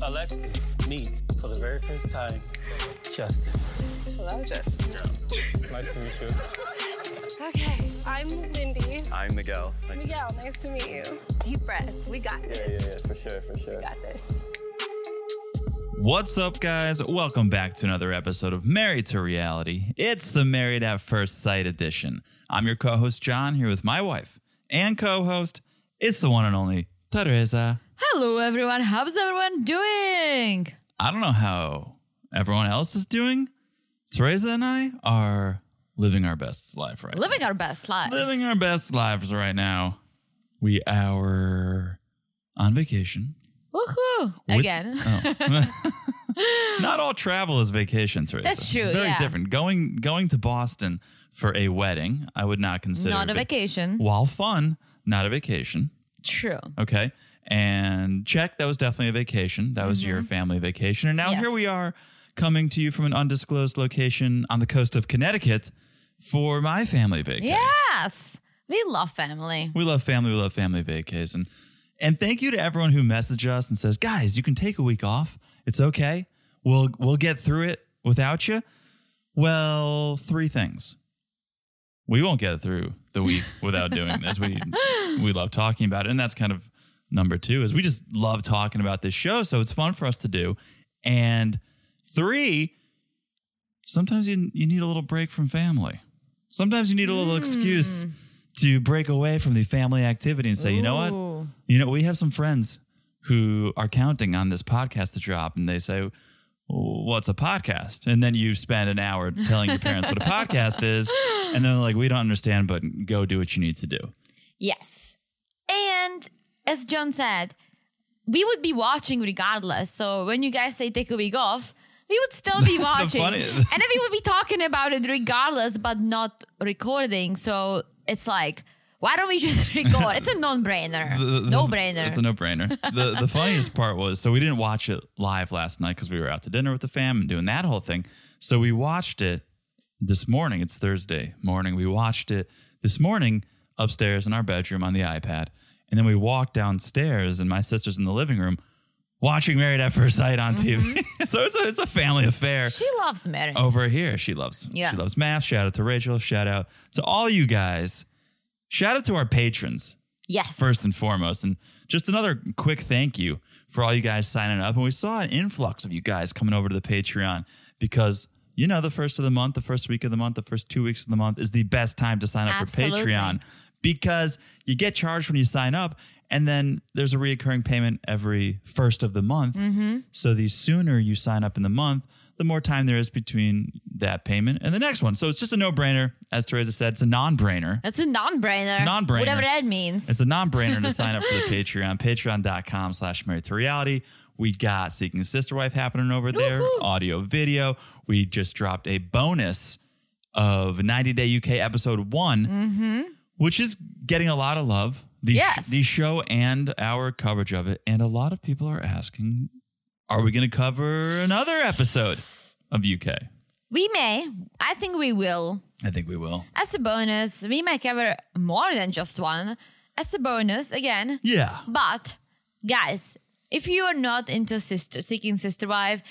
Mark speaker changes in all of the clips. Speaker 1: Let us meet for the very first time, Justin.
Speaker 2: Hello, Justin.
Speaker 1: Nice to meet you.
Speaker 2: Okay, I'm Lindy.
Speaker 3: I'm Miguel.
Speaker 2: Miguel, nice to meet you. Deep breath. We got this.
Speaker 3: yeah, for sure, for sure.
Speaker 2: We got this.
Speaker 4: What's up, guys? Welcome back to another episode of Married to Reality. It's the Married at First Sight edition. I'm your co host, John, here with my wife and co host. It's the one and only Teresa.
Speaker 5: Hello, everyone. How's everyone doing?
Speaker 4: I don't know how everyone else is doing. Teresa and I are living our best life right
Speaker 5: Living our best life.
Speaker 4: now. Living our best lives right now. We are on vacation.
Speaker 5: Woohoo!
Speaker 4: With-
Speaker 5: Again.
Speaker 4: Oh. Not all travel is vacation, Teresa.
Speaker 5: That's true,
Speaker 4: It's very
Speaker 5: yeah.
Speaker 4: different. Going going to Boston for a wedding, I would not consider
Speaker 5: Not a
Speaker 4: vac-
Speaker 5: vacation.
Speaker 4: While fun, not a vacation.
Speaker 5: True.
Speaker 4: Okay. And check, that was definitely a vacation. That was your family vacation. And now
Speaker 5: Mm-hmm. Yes.
Speaker 4: here we are coming to you from an undisclosed location on the coast of Connecticut for my family vacation.
Speaker 5: Yes. We love family.
Speaker 4: We love family. We love family vacays. And, and thank you to everyone who messaged us and says, guys, you can take a week off. It's okay. We'll, we'll get through it without you. Well, three things. We won't get through the week without doing this. We, we love talking about it. And that's kind of number two is we just love talking about this show. So it's fun for us to do. And three, sometimes you, you need a little break from family. Sometimes you need a little excuse to break away from the family activity and say, you know what?
Speaker 5: Ooh.
Speaker 4: You know, we have some friends who are counting on this podcast to drop and they say, What's a podcast? And then you spend an hour telling your parents what a podcast is. And they're like, We don't understand, but go do what you need to do.
Speaker 5: Yes. And as John said, we would be watching regardless. So when you guys say take a week off, we would still be watching.
Speaker 4: funniest-
Speaker 5: And then we would be talking about it regardless, but not recording. So it's like, why don't we just record? It's a non brainer.
Speaker 4: The- the-
Speaker 5: No brainer.
Speaker 4: It's a no brainer. the The funniest part was so we didn't watch it live last night because we were out to dinner with the fam and doing that whole thing. So we watched it this morning. It's Thursday morning. We watched it this morning upstairs in our bedroom on the iPad, and then we walked downstairs and my sister's in the living room watching Married at First Sight on TV. so it's a, it's a family affair
Speaker 5: She loves marriage.
Speaker 4: over here. She loves
Speaker 5: Yeah.
Speaker 4: she loves math. Shout out to Rachel. Shout out to all you guys. Shout out to our patrons
Speaker 5: Yes.
Speaker 4: first and foremost. And just another quick thank you for all you guys signing up. And we saw an influx of you guys coming over to the Patreon because, you know, the first of the month, the first week of the month, the first two weeks of the month is the best time to sign up for
Speaker 5: Absolutely.
Speaker 4: Patreon because you get charged when you sign up. And then there's a reoccurring payment every first of the month. So the sooner you sign up in the month, the more time there is between that payment and the next one. So it's just a no brainer. As Teresa said, it's a non brainer.
Speaker 5: That's a non-brainer. It's
Speaker 4: a non-brainer.
Speaker 5: Whatever that means.
Speaker 4: It's a non-brainer to sign up for the Patreon. Patreon.com slash married to reality. We got Seeking a Sister Wife happening over there.
Speaker 5: Woohoo.
Speaker 4: Audio video. We just dropped a bonus of 90 Day UK episode one, which is getting a lot of love. The,
Speaker 5: Mm-hmm. Yes.
Speaker 4: the show and our coverage of it. And a lot of people are asking, are we going to cover another episode of UK?
Speaker 5: we may. I think we will.
Speaker 4: I think we will.
Speaker 5: As a bonus, we may cover more than just one. As a bonus, again.
Speaker 4: Yeah.
Speaker 5: But guys, if you are not into sister seeking sister wife,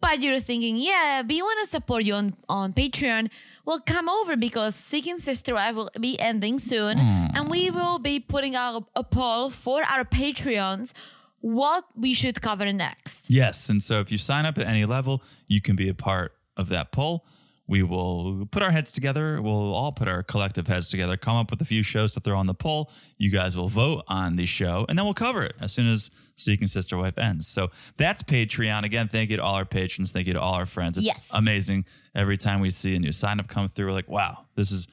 Speaker 5: but you're thinking, yeah, we want to support you on, on Patreon, well, come over because Seeking Sister Wife will be ending soon,
Speaker 4: Hmm.
Speaker 5: and we will be putting out a poll for our Patreons what we should cover next.
Speaker 4: Yes. And so if you sign up at any level, you can be a part of that poll. We will put our heads together. We'll all put our collective heads together, come up with a few shows to throw on the poll. You guys will vote on the show, and then we'll cover it as soon as Seeking Sister Wife ends. So that's Patreon. Again, thank you to all our patrons. Thank you to all our friends. It's
Speaker 5: Yes.
Speaker 4: amazing. Every time we see a new sign up come through, we're like, wow, this is,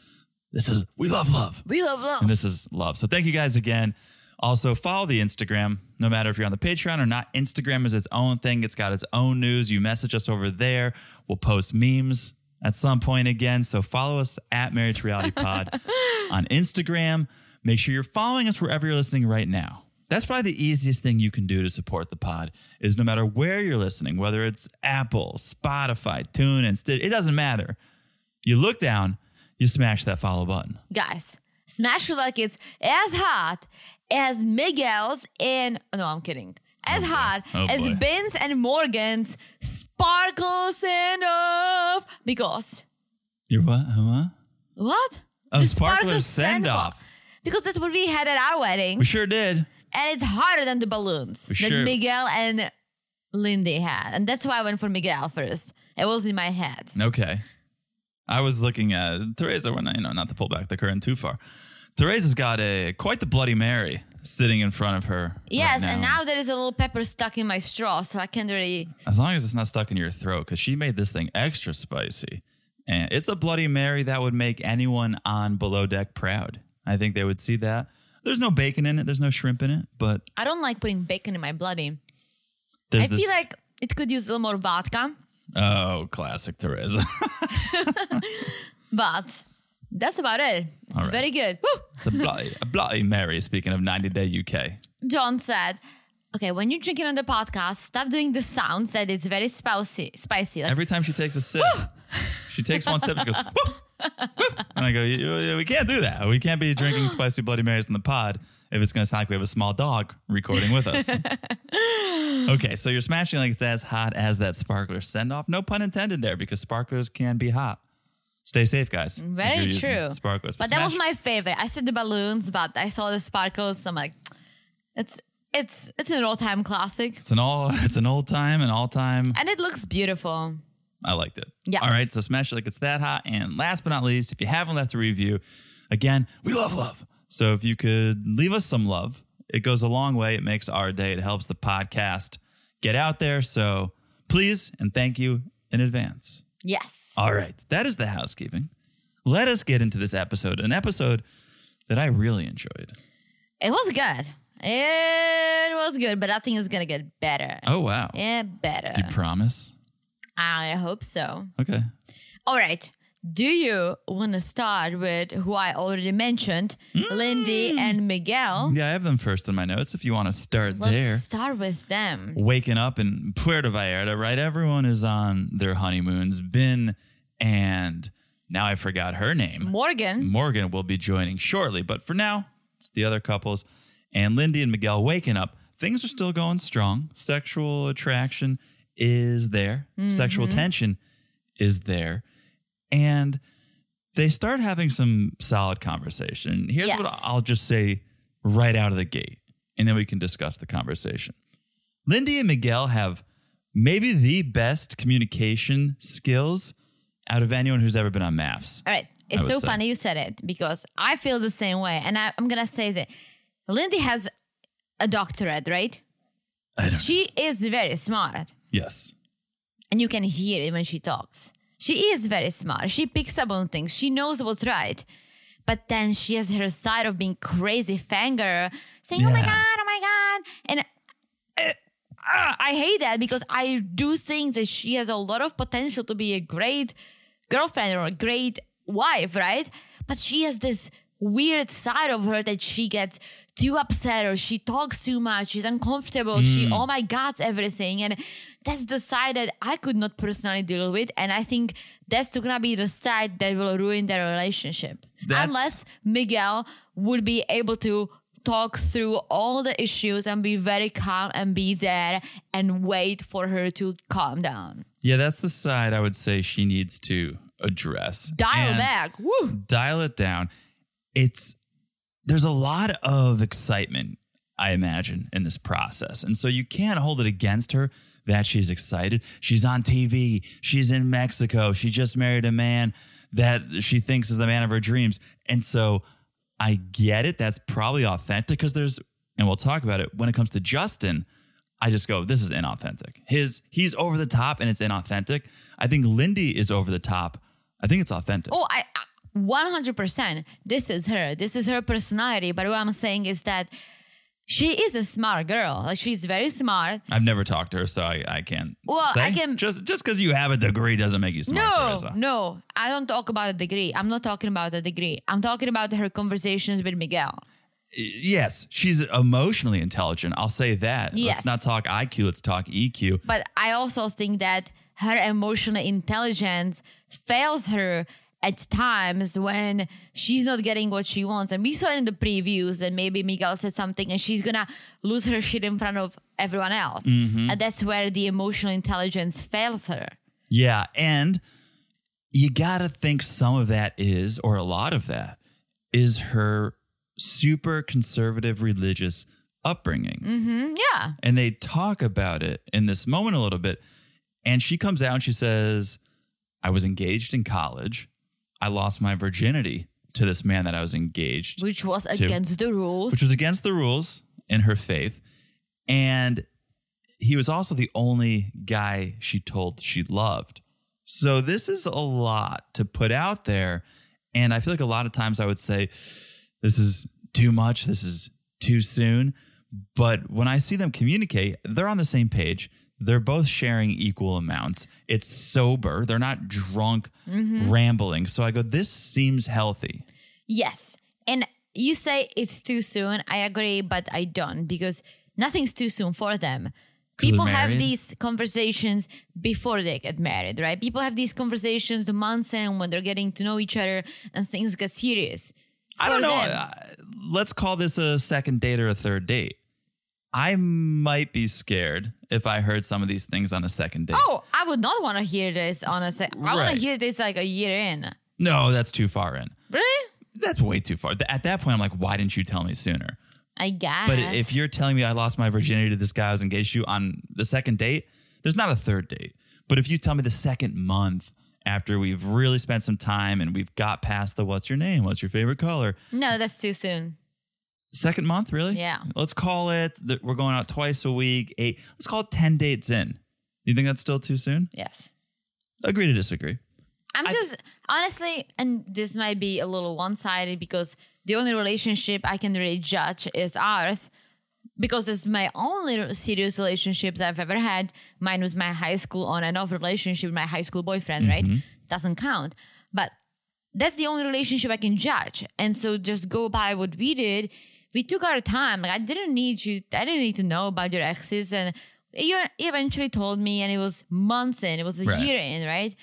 Speaker 4: this is, we love love.
Speaker 5: We love love.
Speaker 4: And this is love. So thank you guys again. Also, follow the Instagram, no matter if you're on the Patreon or not. Instagram is its own thing, it's got its own news. You message us over there, we'll post memes at some point again. So follow us at Married to Reality Pod on Instagram. Make sure you're following us wherever you're listening right now. That's probably the easiest thing you can do to support the pod is no matter where you're listening, whether it's Apple, Spotify, TuneIn, Stitch, it doesn't matter. You look down, you smash that follow button.
Speaker 5: guys, Smash It Like It's as hot as Miguel's in. No, I'm kidding. as
Speaker 4: boy.
Speaker 5: hot
Speaker 4: Oh,
Speaker 5: as
Speaker 4: boy.
Speaker 5: Ben's and Morgan's sparkles and off because
Speaker 4: Your what? Huh?
Speaker 5: what?
Speaker 4: A
Speaker 5: The
Speaker 4: sparkler send off.
Speaker 5: Because that's what we had at our wedding.
Speaker 4: We sure did.
Speaker 5: and it's hotter than the balloons
Speaker 4: We
Speaker 5: that
Speaker 4: sure-
Speaker 5: Miguel and Lindy had. And that's why I went for Miguel first. It was in my head.
Speaker 4: Okay. I was looking at Teresa when I, you know, not to pull back the curtain too far. Teresa's got a quite the Bloody Mary sitting in front of her. right
Speaker 5: Yes, and now there is a little pepper stuck in my straw, so I can't really.
Speaker 4: As long as it's not stuck in your throat, because she made this thing extra spicy. And it's a Bloody Mary that would make anyone on Below Deck proud. I think they would see that. There's no bacon in it, there's no shrimp in it, but
Speaker 5: I don't like putting bacon in my bloody.
Speaker 4: there's
Speaker 5: I
Speaker 4: this.
Speaker 5: feel like it could use a little more vodka,
Speaker 4: oh, classic Teresa.
Speaker 5: but that's about it. It's
Speaker 4: All right.
Speaker 5: very good. Woo!
Speaker 4: it's a bloody, a bloody Mary, speaking of 90 Day UK.
Speaker 5: John said, "Okay, when you're drinking on the podcast, stop doing the sounds that it's very spicy. Spicy. Like,
Speaker 4: Every time she takes a sip, she takes one sip, she goes, whoop, whoop. and I go, "You- we can't do that. We can't be drinking spicy Bloody Marys in the pod if it's going to sound like we have a small dog recording with us. okay, so you're smashing like it's as hot as that sparkler send off. No pun intended there because sparklers can be hot. Stay safe, guys. if you're
Speaker 5: very
Speaker 4: using
Speaker 5: true.
Speaker 4: Sparklers.
Speaker 5: But that was
Speaker 4: smash-
Speaker 5: my favorite. I said the balloons, but I saw the sparkles. I'm like, it's it's it's an all time classic,
Speaker 4: It's an all. It's an old time, an all time.
Speaker 5: and it looks beautiful.
Speaker 4: I liked it.
Speaker 5: Yeah.
Speaker 4: All right. So smash it like it's that hot. And last but not least, if you haven't left a review, again, we love love. So if you could leave us some love, it goes a long way. It makes our day. It helps the podcast get out there. So please and thank you in advance.
Speaker 5: Yes,
Speaker 4: All right. That is the housekeeping. Let us get into this episode, an episode that I really enjoyed.
Speaker 5: it was good. It was good, but I think it's gonna get better.
Speaker 4: Oh, wow.
Speaker 5: Yeah, better.
Speaker 4: Do you promise?
Speaker 5: I hope so.
Speaker 4: Okay.
Speaker 5: All right. Do you want to start with who I already mentioned, Lindy and Miguel?
Speaker 4: Mm. Yeah, I have them first in my notes if you want to start
Speaker 5: Let's
Speaker 4: there.
Speaker 5: start with them.
Speaker 4: waking up in Puerto Vallarta, right? Everyone is on their honeymoons. Ben and now I forgot her name.
Speaker 5: Morgan.
Speaker 4: Morgan will be joining shortly, but for now, it's the other couples. And Lindy and Miguel waking up. Things are still going strong. Sexual attraction is there, sexual tension is there. And they start having some solid conversation. Here's what
Speaker 5: Yes.
Speaker 4: I'll just say right out of the gate, and then we can discuss the conversation. Lindy and Miguel have maybe the best communication skills out of anyone who's ever been on MAFS.
Speaker 5: All right.
Speaker 4: I
Speaker 5: It's
Speaker 4: would
Speaker 5: so
Speaker 4: say.
Speaker 5: funny you said it because I feel the same way. And I, I'm going to say that Lindy has a doctorate, right?
Speaker 4: I don't
Speaker 5: She is very smart.
Speaker 4: Yes.
Speaker 5: And you can hear it when she talks. She is very smart. She picks up on things. She knows what's right. But then she has her side of being crazy fanger, saying, oh my
Speaker 4: Yeah.
Speaker 5: God, oh my God. And uh, uh, I hate that because I do think that she has a lot of potential to be a great girlfriend or a great wife, right? But she has this weird side of her that she gets too upset or she talks too much, she's uncomfortable, she, oh my God, everything. And that's the side that I could not personally deal with. And I think that's gonna be the side that will ruin their relationship.
Speaker 4: That's-
Speaker 5: Unless Miguel would be able to talk through all the issues and be very calm and be there and wait for her to calm down.
Speaker 4: Yeah, that's the side I would say she needs to address.
Speaker 5: Dial
Speaker 4: And
Speaker 5: back. Woo.
Speaker 4: Dial it down. It's there's a lot of excitement, I imagine, in this process. And so you can't hold it against her that she's excited. She's on TV. She's in Mexico. She just married a man that she thinks is the man of her dreams. And so I get it. That's probably authentic because there's, and we'll talk about it when it comes to Justin. I just go, this is inauthentic. His he's over the top and it's inauthentic. I think Lindy is over the top. I think it's authentic.
Speaker 5: Oh, I I- 100%. This is her. This is her personality. But what I'm saying is that she is a smart girl. Like she's very smart.
Speaker 4: I've never talked to her, so I, I can't.
Speaker 5: Well,
Speaker 4: say.
Speaker 5: I can-
Speaker 4: just just because you have a degree doesn't make you smart.
Speaker 5: No,
Speaker 4: Teresa.
Speaker 5: no, I don't talk about a degree. I'm not talking about a degree. I'm talking about her conversations with Miguel.
Speaker 4: Yes, she's emotionally intelligent. I'll say that.
Speaker 5: Yes.
Speaker 4: Let's not talk IQ. Let's talk E EQ.
Speaker 5: But I also think that her emotional intelligence fails her at times when she's not getting what she wants. And we saw in the previews that maybe Miguel said something and she's gonna lose her shit in front of everyone else. And that's where the emotional intelligence fails her.
Speaker 4: Yeah. And you got to think some of that is, or a lot of that, is her super conservative religious upbringing.
Speaker 5: Mm, Yeah.
Speaker 4: And they talk about it in this moment a little bit. And she comes out and she says, I was engaged in college. I lost my virginity to this man that I was engaged
Speaker 5: Which was against the rules.
Speaker 4: which was against the rules in her faith. And he was also the only guy she told she loved. So this is a lot to put out there. And I feel like a lot of times I would say, this is too much, this is too soon. But when I see them communicate, they're on the same page. They're both sharing equal amounts. It's sober. They're not drunk, rambling. So I go, this seems healthy.
Speaker 5: Yes. And you say it's too soon. I agree, but I don't because nothing's too soon for them.
Speaker 4: 'Cause they're
Speaker 5: People have
Speaker 4: married?
Speaker 5: these conversations before they get married, right? People have these conversations the months in when they're getting to know each other and things get serious.
Speaker 4: I don't
Speaker 5: for
Speaker 4: know.
Speaker 5: them.
Speaker 4: Uh, let's call this a second date or a third date. I might be scared if I heard some of these things on a second date.
Speaker 5: Oh, I would not want to hear this, honestly. I want
Speaker 4: Right.
Speaker 5: to hear this like a year in.
Speaker 4: No, that's too far in.
Speaker 5: Really?
Speaker 4: That's way too far. Th- At that point, I'm like, why didn't you tell me sooner?
Speaker 5: I guess.
Speaker 4: But if you're telling me I lost my virginity to this guy I was engaged to on the second date, there's not a third date. But if you tell me the second month after we've really spent some time and we've got past the what's your name, what's your favorite color,
Speaker 5: No, that's too soon.
Speaker 4: Second month, really?
Speaker 5: Yeah.
Speaker 4: Let's call it that we're going out twice a week, eight. Let's call it 10 dates in. You think that's still too soon?
Speaker 5: Yes.
Speaker 4: Agree to disagree.
Speaker 5: I'm
Speaker 4: I-
Speaker 5: just honestly, and this might be a little one sided because the only relationship I can really judge is ours because it's my only serious relationships I've ever had. Mine was my high school on and off relationship, with my high school boyfriend, right? Doesn't count. But that's the only relationship I can judge. And so just go by what we did. We took our time. Like I didn't need you. I didn't need to know about your exes. And you eventually told me, and it was months in. It was a
Speaker 4: Right.
Speaker 5: year in, right?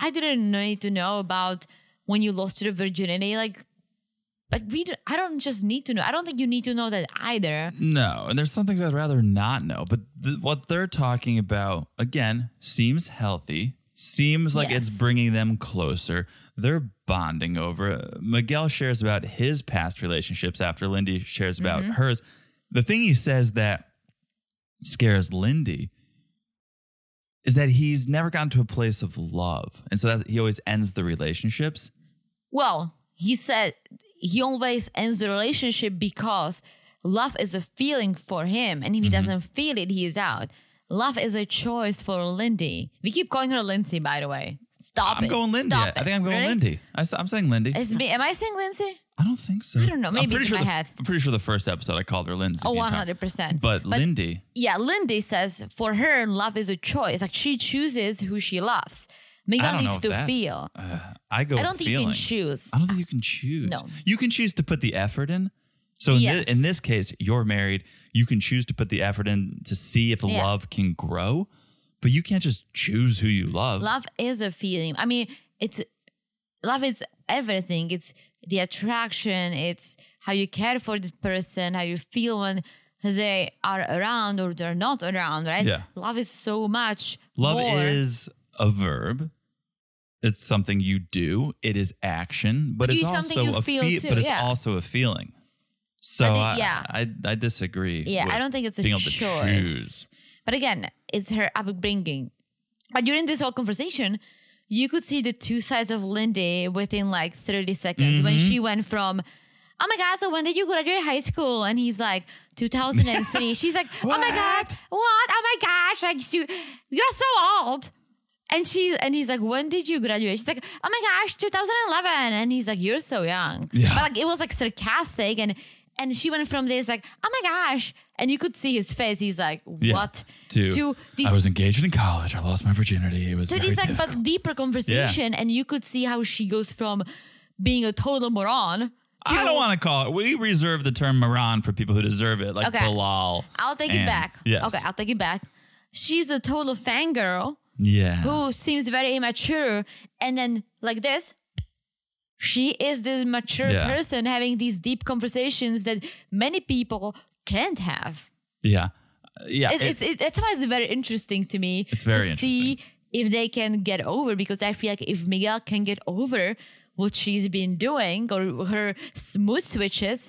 Speaker 5: I didn't need to know about when you lost your virginity. Like, like we. Don't, I don't just need to know. I don't think you need to know that either.
Speaker 4: No. And there's some things I'd rather not know. But th- what they're talking about, again, seems healthy, seems like it's
Speaker 5: Yes.
Speaker 4: bringing them closer. They're bonding over. it. Miguel shares about his past relationships after Lindy shares about
Speaker 5: Mm-hmm.
Speaker 4: hers. The thing he says that scares Lindy is that he's never gotten to a place of love. And so that he always ends the relationships.
Speaker 5: Well, he said he always ends the relationship because love is a feeling for him, and if
Speaker 4: Mm-hmm.
Speaker 5: he doesn't feel it, he is out. Love is a choice for Lindy. We keep calling her Lindsay, by the way. Stop
Speaker 4: I'm
Speaker 5: it.
Speaker 4: going Lindy.
Speaker 5: Stop
Speaker 4: I
Speaker 5: it.
Speaker 4: think I'm going
Speaker 5: Really?
Speaker 4: Lindy. I, am saying Lindy.
Speaker 5: Is me, am I saying Lindsay?
Speaker 4: I don't think so. I
Speaker 5: don't know. Maybe
Speaker 4: I'm pretty
Speaker 5: it's in
Speaker 4: sure
Speaker 5: my
Speaker 4: the,
Speaker 5: head.
Speaker 4: I'm pretty sure the first episode I called her Lindsay.
Speaker 5: Oh,
Speaker 4: the entire-
Speaker 5: 100%.
Speaker 4: But, Lindy,
Speaker 5: yeah, Lindy says for her, love is a choice. Like she chooses who she loves.
Speaker 4: I
Speaker 5: Miguel
Speaker 4: don't know
Speaker 5: needs
Speaker 4: if
Speaker 5: to
Speaker 4: that-
Speaker 5: feel.
Speaker 4: uh, I go.
Speaker 5: I don't think you
Speaker 4: feeling.
Speaker 5: can choose.
Speaker 4: I don't think you can choose.
Speaker 5: No.
Speaker 4: you can choose to put the effort in. So in,
Speaker 5: Yes.
Speaker 4: this, in this case, you're married. You can choose to put the effort in to see if
Speaker 5: Yeah.
Speaker 4: love can grow, but you can't just choose who you love.
Speaker 5: love is a feeling. I mean, it's love is everything. It's the attraction. It's how you care for this person. How you feel when they are around or they're not around. Right?
Speaker 4: Yeah.
Speaker 5: Love is so much.
Speaker 4: Love
Speaker 5: more.
Speaker 4: is a verb. It's something you do. It is action, but,
Speaker 5: But
Speaker 4: it's
Speaker 5: you-
Speaker 4: also
Speaker 5: something you
Speaker 4: a
Speaker 5: feel
Speaker 4: feel.
Speaker 5: too,
Speaker 4: but it's
Speaker 5: yeah.
Speaker 4: also a feeling. So
Speaker 5: I
Speaker 4: I,
Speaker 5: think- yeah.
Speaker 4: I, I disagree.
Speaker 5: Yeah,
Speaker 4: with
Speaker 5: I don't think it's a
Speaker 4: being able to choose.
Speaker 5: choice. But again, it's her upbringing. But during this whole conversation, you could see the two sides of Lindy within like 30 seconds when she went from, oh my God, so when did you graduate high school? And he's like, 2003. She's like, oh my God, what? Oh my gosh, like she, you're so old. And she's and he's like, when did you graduate? She's like, oh my gosh, 2011. And he's like, you're so young.
Speaker 4: Yeah.
Speaker 5: But like it was like sarcastic and and she went from this like, oh my gosh, and you could see his face. He's like,
Speaker 4: Yeah.
Speaker 5: what?
Speaker 4: To,
Speaker 5: to these
Speaker 4: I was engaged in college. I lost my virginity. It was
Speaker 5: to
Speaker 4: very
Speaker 5: this like
Speaker 4: difficult.
Speaker 5: but deeper conversation, and you could see how she goes from being a total moron.
Speaker 4: I don't want to call it. We reserve the term moron for people who deserve it, like
Speaker 5: Okay.
Speaker 4: Bilal.
Speaker 5: I'll take it
Speaker 4: and-
Speaker 5: back.
Speaker 4: Yes.
Speaker 5: Okay, I'll take it back. She's a total fangirl
Speaker 4: yeah.
Speaker 5: who seems very immature, and then like this, She is this mature
Speaker 4: Yeah.
Speaker 5: person having these deep conversations that many people can't have.
Speaker 4: Yeah. Yeah.
Speaker 5: It,
Speaker 4: it-
Speaker 5: it's it, that's why it's very interesting to me.
Speaker 4: It's very
Speaker 5: to see if they can get over because I feel like if Miguel can get over what she's been doing or her mood switches,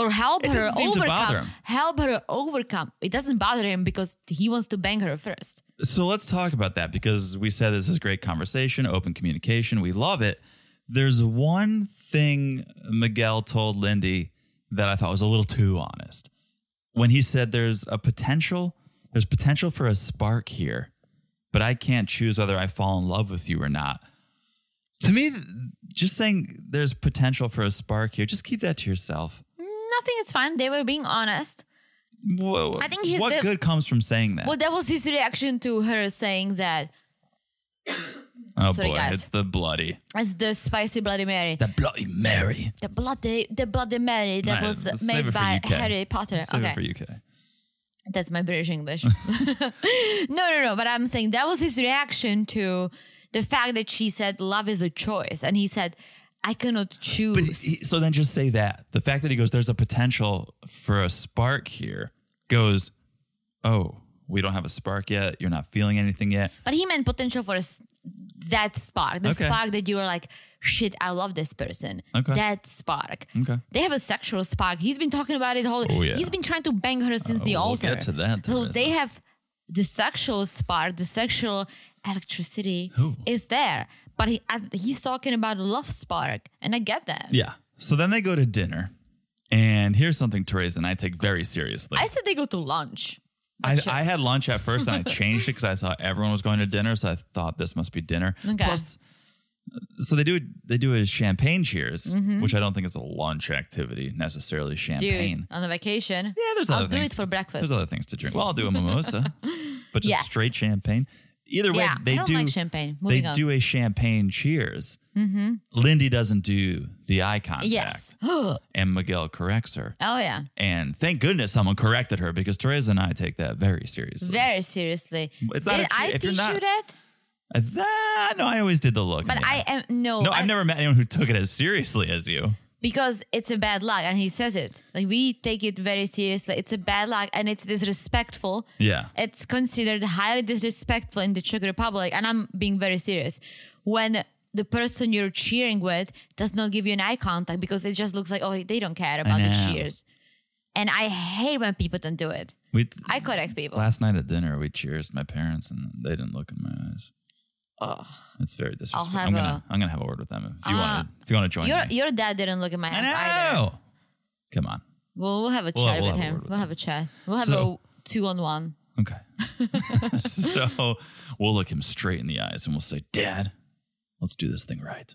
Speaker 5: or help
Speaker 4: It
Speaker 5: her
Speaker 4: doesn't seem to bother
Speaker 5: overcome,
Speaker 4: him.
Speaker 5: help her overcome. It doesn't bother him because he wants to bang her first.
Speaker 4: so let's talk about that because we said this is great conversation, open communication. We love it. There's one thing Miguel told Lindy that I thought was a little too honest. When he said there's a potential, there's potential for a spark here, but I can't choose whether I fall in love with you or not. To me, th- just saying there's potential for a spark here, just keep that to yourself.
Speaker 5: Nothing is fine. They were being honest.
Speaker 4: Whoa,
Speaker 5: I think he's
Speaker 4: what
Speaker 5: the-
Speaker 4: good comes from saying that?
Speaker 5: Well, that was his reaction to her saying that
Speaker 4: oh
Speaker 5: sorry,
Speaker 4: boy,
Speaker 5: guys.
Speaker 4: it's the bloody,
Speaker 5: as the spicy Bloody Mary.
Speaker 4: the bloody Mary.
Speaker 5: The Bloody, the Bloody Mary that
Speaker 4: Nah,
Speaker 5: was
Speaker 4: save it
Speaker 5: made
Speaker 4: for
Speaker 5: by
Speaker 4: UK.
Speaker 5: Harry Potter.
Speaker 4: Save
Speaker 5: okay.
Speaker 4: it for UK.
Speaker 5: That's my British English. no, no, no. But I'm saying that was his reaction to the fact that she said love is a choice, and he said, "I cannot choose."
Speaker 4: But he- so then just say that. The fact that he goes, there's a potential for a spark here, goes, oh, we don't have a spark yet. You're not feeling anything yet.
Speaker 5: But he meant potential for s- that spark, the
Speaker 4: Okay.
Speaker 5: spark that you were like, "Shit, I love this person."
Speaker 4: Okay.
Speaker 5: That spark.
Speaker 4: Okay.
Speaker 5: They have a sexual spark. He's been talking about it whole.
Speaker 4: Oh, yeah. Uh,
Speaker 5: He's been trying to bang her since the
Speaker 4: we'll
Speaker 5: altar.
Speaker 4: get to that,
Speaker 5: So
Speaker 4: Teresa.
Speaker 5: they have the sexual spark, the sexual electricity
Speaker 4: Ooh.
Speaker 5: is there. But he uh, he's talking about love spark, and I get that.
Speaker 4: Yeah. So then they go to dinner. And here's something Therese and I take very seriously.
Speaker 5: I said they go to lunch.
Speaker 4: I, I had lunch at first and I changed it because I saw everyone was going to dinner, so I thought this must be dinner.
Speaker 5: Okay.
Speaker 4: Plus, so they do they do a champagne cheers, which I don't think is a lunch activity necessarily.
Speaker 5: Mm-hmm. Dude,
Speaker 4: Champagne.
Speaker 5: on a vacation.
Speaker 4: Yeah, there's
Speaker 5: I'll
Speaker 4: other
Speaker 5: do
Speaker 4: things.
Speaker 5: it for breakfast.
Speaker 4: There's other things to drink. Well, I'll do a mimosa, but just
Speaker 5: Yes.
Speaker 4: straight champagne. Either way,
Speaker 5: Yeah,
Speaker 4: they
Speaker 5: I don't
Speaker 4: do
Speaker 5: like champagne.
Speaker 4: They
Speaker 5: Moving on. Mm-hmm.
Speaker 4: do a champagne cheers. Lindy doesn't do the eye contact,
Speaker 5: yes. oh
Speaker 4: and Miguel corrects her.
Speaker 5: yeah.
Speaker 4: And thank goodness someone corrected her because Teresa and I take that very seriously.
Speaker 5: Very seriously.
Speaker 4: It's not
Speaker 5: Did
Speaker 4: a-
Speaker 5: I
Speaker 4: if you're
Speaker 5: teach
Speaker 4: not-
Speaker 5: you that?
Speaker 4: I th- Uh, no, I always did the look.
Speaker 5: But
Speaker 4: yeah.
Speaker 5: I am no.
Speaker 4: no,
Speaker 5: I,
Speaker 4: I've never met anyone who took it as seriously as you.
Speaker 5: because it's a bad luck, and he says it. Like we take it very seriously. It's a bad luck, and it's disrespectful.
Speaker 4: Yeah.
Speaker 5: It's considered highly disrespectful in the Czech Republic, and I'm being very serious. When the person you're cheering with does not give you an eye contact because it just looks like oh they don't care about the
Speaker 4: know.
Speaker 5: cheers, and I hate when people don't do it.
Speaker 4: We
Speaker 5: I correct people.
Speaker 4: last night at dinner we cheers my parents and they didn't look in my eyes.
Speaker 5: Ugh.
Speaker 4: It's very disrespectful.
Speaker 5: have
Speaker 4: I'm gonna i am gonna have a word with them if you want to if you want to join
Speaker 5: Your
Speaker 4: me.
Speaker 5: your dad didn't look at my
Speaker 4: I
Speaker 5: eyes either.
Speaker 4: know. Come on.
Speaker 5: We'll we'll have a
Speaker 4: We'll-
Speaker 5: chat
Speaker 4: we'll have
Speaker 5: with
Speaker 4: a
Speaker 5: him.
Speaker 4: word with
Speaker 5: we'll have a chat. We'll have
Speaker 4: So-
Speaker 5: a two on one.
Speaker 4: Okay. so we'll look him straight in the eyes and we'll say, Dad, let's do this thing right.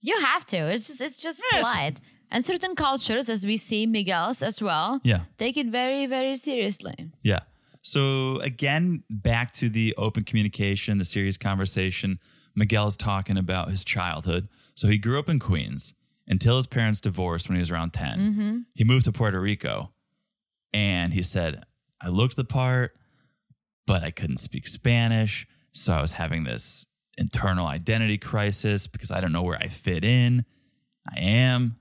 Speaker 5: You have to. It's just it's just
Speaker 4: Yeah, it's just-
Speaker 5: polite. and certain cultures, as we see Miguel's as well,
Speaker 4: Yeah.
Speaker 5: take it very very seriously.
Speaker 4: Yeah. So again, back to the open communication, the serious conversation. Miguel's talking about his childhood. So he grew up in Queens until his parents divorced when he was around 10. He moved to Puerto Rico and he said, I looked the part, but I couldn't speak Spanish. So I was having this internal identity crisis because I don't know where I fit in. I am,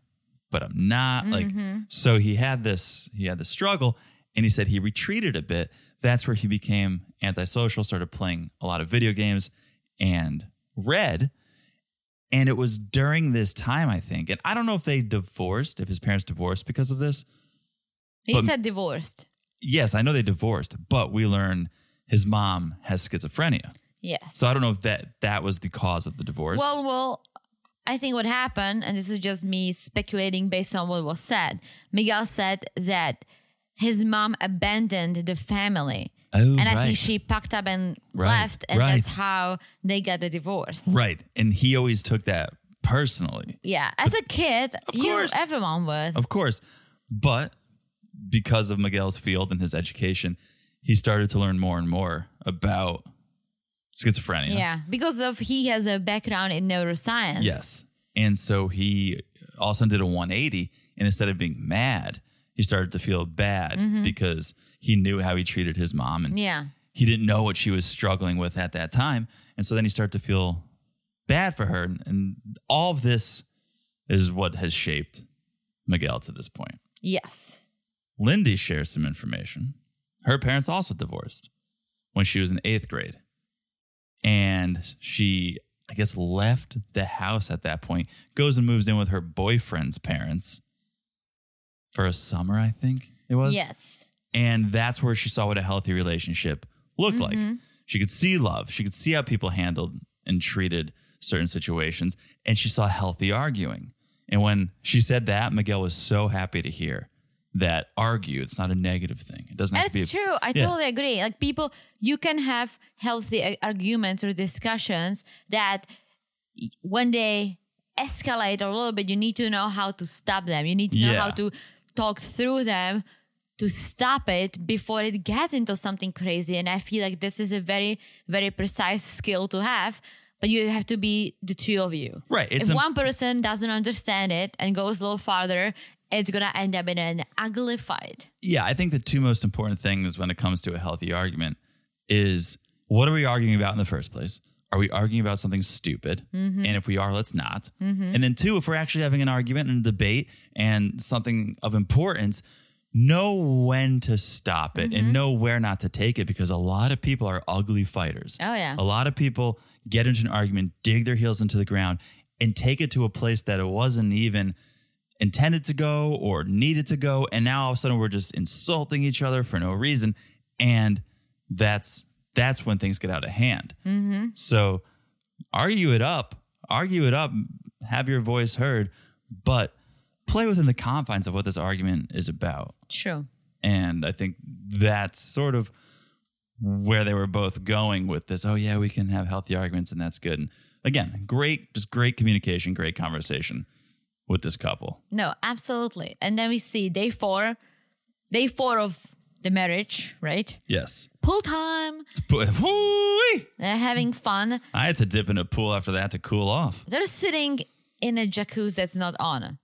Speaker 4: but I'm not.
Speaker 5: Mm-hmm.
Speaker 4: Like, so he had this, he had this struggle and he said he retreated a bit. That's where he became antisocial, started playing a lot of video games and read. And it was during this time, I think, and I don't know if they divorced, if his parents divorced because of this,
Speaker 5: He
Speaker 4: But-
Speaker 5: said divorced.
Speaker 4: yes, I know they divorced, but we learn his mom has schizophrenia.
Speaker 5: Yes.
Speaker 4: So I don't know if that that was the cause of the divorce.
Speaker 5: Well, well, I think what happened, and this is just me speculating based on what was said. Miguel said that his mom abandoned the family,
Speaker 4: Oh,
Speaker 5: and I
Speaker 4: right.
Speaker 5: think she packed up and
Speaker 4: Right,
Speaker 5: left, and
Speaker 4: right.
Speaker 5: that's how they got the divorce.
Speaker 4: right, and he always took that personally,
Speaker 5: Yeah, as a kid, you
Speaker 4: course.
Speaker 5: everyone would.
Speaker 4: of course. But because of Miguel's field and his education, he started to learn more and more about schizophrenia.
Speaker 5: Yeah, because of he has a background in neuroscience.
Speaker 4: Yes. And so he all of a sudden did a 180. And instead of being mad, he started to feel bad because he knew how he treated his mom and
Speaker 5: Yeah.
Speaker 4: he didn't know what she was struggling with at that time. And so then he started to feel bad for her. And, and all of this is what has shaped Miguel to this point.
Speaker 5: Yes.
Speaker 4: Lindy shares some information. Her parents also divorced when she was in eighth grade. And she, I guess, left the house at that point, goes and moves in with her boyfriend's parents for a summer, I think it was.
Speaker 5: Yes.
Speaker 4: And that's where she saw what a healthy relationship looked
Speaker 5: Mm-hmm.
Speaker 4: like. She could see love, she could see how people handled and treated certain situations, and she saw healthy arguing. And when she said that, Miguel was so happy to hear that argue, it's not a negative thing. It doesn't have to be.
Speaker 5: That's true. I
Speaker 4: Yeah.
Speaker 5: totally agree. Like people, you can have healthy a- arguments or discussions that y- when they escalate a little bit, you need to know how to stop them. You need to know
Speaker 4: Yeah.
Speaker 5: how to talk through them to stop it before it gets into something crazy. And I feel like this is a very, very precise skill to have. But you have to be the two of you.
Speaker 4: Right, it's
Speaker 5: if
Speaker 4: im-
Speaker 5: one person doesn't understand it and goes a little farther, it's gonna end up in an ugly fight.
Speaker 4: Yeah, I think the two most important things when it comes to a healthy argument is what are we arguing about in the first place? Are we arguing about something stupid?
Speaker 5: Mm-hmm.
Speaker 4: And if we are, let's not. And then, two, if we're actually having an argument and a debate and something of importance, know when to stop it
Speaker 5: Mm-hmm.
Speaker 4: and know where not to take it because a lot of people are ugly fighters.
Speaker 5: Oh, yeah.
Speaker 4: A lot of people get into an argument, dig their heels into the ground, and take it to a place that it wasn't even intended to go or needed to go. And now all of a sudden we're just insulting each other for no reason. And that's that's when things get out of hand. So argue it up, argue it up, have your voice heard, but play within the confines of what this argument is about.
Speaker 5: True.
Speaker 4: And I think that's sort of where they were both going with this. Oh, yeah, we can have healthy arguments, and that's good. And again, great, just great communication, great conversation with this couple.
Speaker 5: No, absolutely. And then we see day four, day four of the marriage, right?
Speaker 4: Yes.
Speaker 5: Pool time,
Speaker 4: It's pu- Whoo-wee!
Speaker 5: they're having fun.
Speaker 4: I had to dip in a pool after that to cool off.
Speaker 5: They're sitting in a jacuzzi that's not on.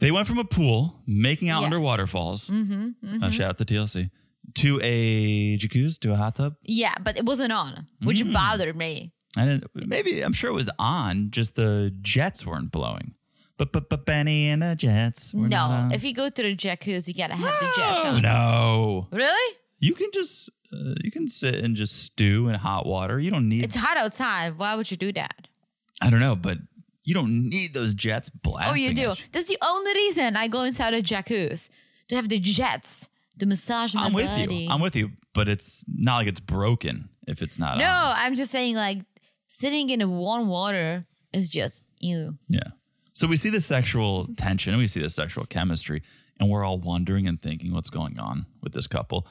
Speaker 4: They went from a pool, making out
Speaker 5: Yeah. Mm-hmm,
Speaker 4: under waterfalls, Uh, shout out to TLC, to a jacuzzi, to a hot tub.
Speaker 5: Yeah, but it wasn't on, which
Speaker 4: Mm.
Speaker 5: bothered me.
Speaker 4: I didn't, maybe I'm sure it was on, just the jets weren't blowing. But but but Benny and the Jets. were not
Speaker 5: no,
Speaker 4: on.
Speaker 5: if you go to the jacuzzi, you gotta have the jets
Speaker 4: Oh,
Speaker 5: on.
Speaker 4: no,
Speaker 5: Really?
Speaker 4: you can just uh, you can sit and just stew in hot water. You don't need.
Speaker 5: It's hot outside. Why would you do that?
Speaker 4: I don't know, but you don't need those jets blasting.
Speaker 5: Oh, you do.
Speaker 4: at
Speaker 5: That's the only reason I go inside a jacuzzi to have the jets, the massage. my
Speaker 4: I'm with
Speaker 5: body.
Speaker 4: you. I'm with you, but it's not like it's broken if it's not.
Speaker 5: No,
Speaker 4: on.
Speaker 5: I'm just saying like sitting in warm water is just you.
Speaker 4: Yeah. So we see the sexual tension and we see the sexual chemistry, and we're all wondering and thinking what's going on with this couple.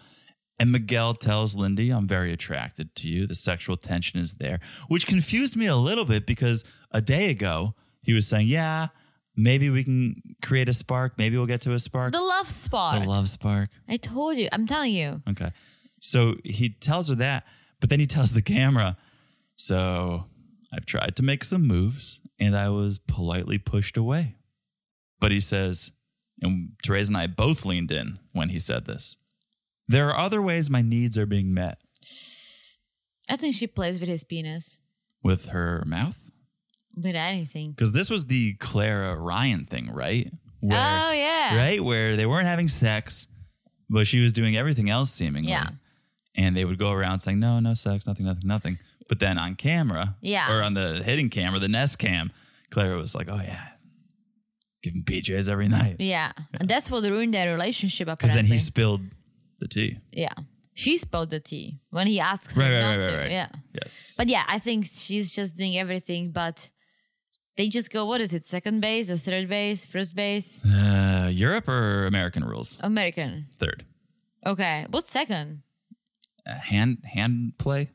Speaker 4: And Miguel tells Lindy, I'm very attracted to you. The sexual tension is there, which confused me a little bit because a day ago he was saying, Yeah, maybe we can create a spark. Maybe we'll get to a spark.
Speaker 5: The love spot.
Speaker 4: The love spark.
Speaker 5: I told you. I'm telling you.
Speaker 4: Okay. So he tells her that, but then he tells the camera, So I've tried to make some moves and I was politely pushed away. But he says, and Therese and I both leaned in when he said this. There are other ways my needs are being met
Speaker 5: I think she plays with his penis.
Speaker 4: with her mouth.
Speaker 5: With anything.
Speaker 4: Because this was the Clara Ryan thing, right? Where,
Speaker 5: oh yeah.
Speaker 4: Right? Where they weren't having sex, but she was doing everything else seemingly.
Speaker 5: Yeah.
Speaker 4: And they would go around saying, no, no sex, nothing, nothing, nothing. But then on camera,
Speaker 5: Yeah.
Speaker 4: or on the hidden camera, the Nest cam, Clara was like, oh, yeah, give him PJs every night.
Speaker 5: Yeah. And that's what ruined their relationship
Speaker 4: Because
Speaker 5: apparently.
Speaker 4: then he spilled the tea.
Speaker 5: yeah. She spilled the tea when he asked her
Speaker 4: Right, right,
Speaker 5: not
Speaker 4: right,
Speaker 5: to.
Speaker 4: right, right.
Speaker 5: Yeah.
Speaker 4: Yes.
Speaker 5: But yeah, I think she's just doing everything but they just go, what is it, second base or third base, first base?
Speaker 4: Uh, Europe or American rules?
Speaker 5: Uh, American.
Speaker 4: Third.
Speaker 5: Okay. What's second?
Speaker 4: Uh, hand hand play.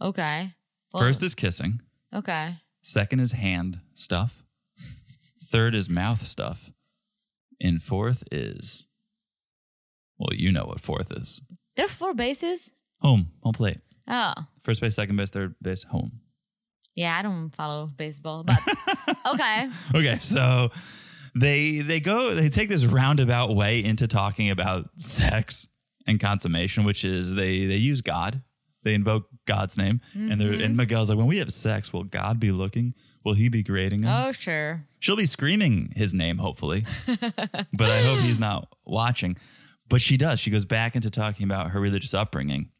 Speaker 5: Okay. Well,
Speaker 4: First is kissing.
Speaker 5: Okay.
Speaker 4: Second is hand stuff. Third is mouth stuff. And fourth is, well, you know what fourth is
Speaker 5: There are four bases?
Speaker 4: home, home plate.
Speaker 5: Oh,
Speaker 4: First base, second base, third base, home.
Speaker 5: yeah, I don't follow baseball, but okay.
Speaker 4: Okay, so they they go they take this roundabout way into talking about sex and consummation, which is they they use God, they invoke God's name, and they're and Miguel's like, when we have sex, will God be looking? Will he be grading us?
Speaker 5: Oh, sure.
Speaker 4: She'll be screaming his name, hopefully. but I hope he's not watching. But she does. She goes back into talking about her religious upbringing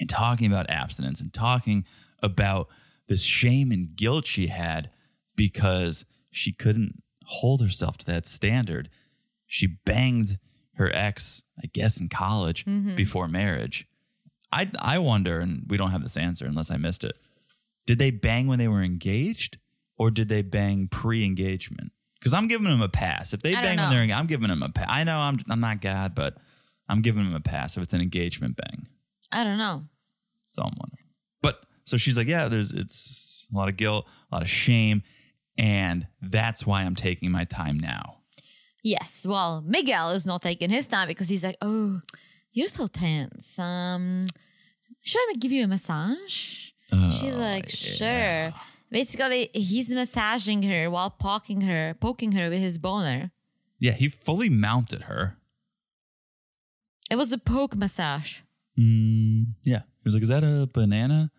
Speaker 4: and talking about abstinence and talking about this shame and guilt she had because she couldn't hold herself to that standard. She banged her ex, I guess, in college
Speaker 5: Mm-hmm.
Speaker 4: before marriage. I, I wonder, and we don't have this answer unless I missed it. Did they bang when they were engaged or did they bang pre engagement? Because I'm giving them a pass. If they
Speaker 5: I don't
Speaker 4: bang when
Speaker 5: know.
Speaker 4: they're engaged, I'm giving them a pass. I know I'm, I'm not God, but I'm giving them a pass if it's an engagement bang.
Speaker 5: I don't know.
Speaker 4: That's all I'm wondering. But so she's like, yeah, there's it's a lot of guilt, a lot of shame, and that's why I'm taking my time now.
Speaker 5: Yes. Well, Miguel is not taking his time because he's like, oh, you're so tense. Um, should I give you a massage? She's
Speaker 4: Oh,
Speaker 5: like,
Speaker 4: yeah.
Speaker 5: sure. Basically, he's massaging her while poking her, poking her with his boner.
Speaker 4: Yeah, he fully mounted her.
Speaker 5: It was a poke massage.
Speaker 4: Mm, yeah, he was like, is that a banana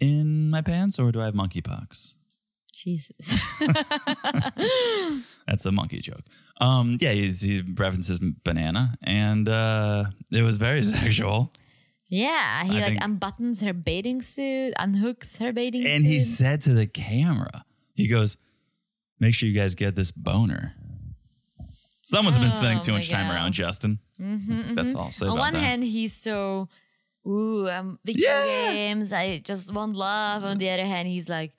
Speaker 4: in my pants, or do I have monkeypox?
Speaker 5: Jesus.
Speaker 4: That's a monkey joke. Um, yeah, he's, he references banana, and uh, it was very sexual.
Speaker 5: yeah, he
Speaker 4: I
Speaker 5: like
Speaker 4: think-
Speaker 5: unbuttons her bathing suit, unhooks her bathing
Speaker 4: And
Speaker 5: suit.
Speaker 4: he said to the camera, he goes, Make sure you guys get this boner. Someone's been spending
Speaker 5: Oh
Speaker 4: too
Speaker 5: my
Speaker 4: much time
Speaker 5: God.
Speaker 4: around Justin.
Speaker 5: Mhm,
Speaker 4: That's
Speaker 5: mhm.
Speaker 4: all I'll say
Speaker 5: On
Speaker 4: about
Speaker 5: one
Speaker 4: that.
Speaker 5: hand, he's so, ooh, um, video
Speaker 4: Yeah.
Speaker 5: games. I just want love. On the other hand, he's like,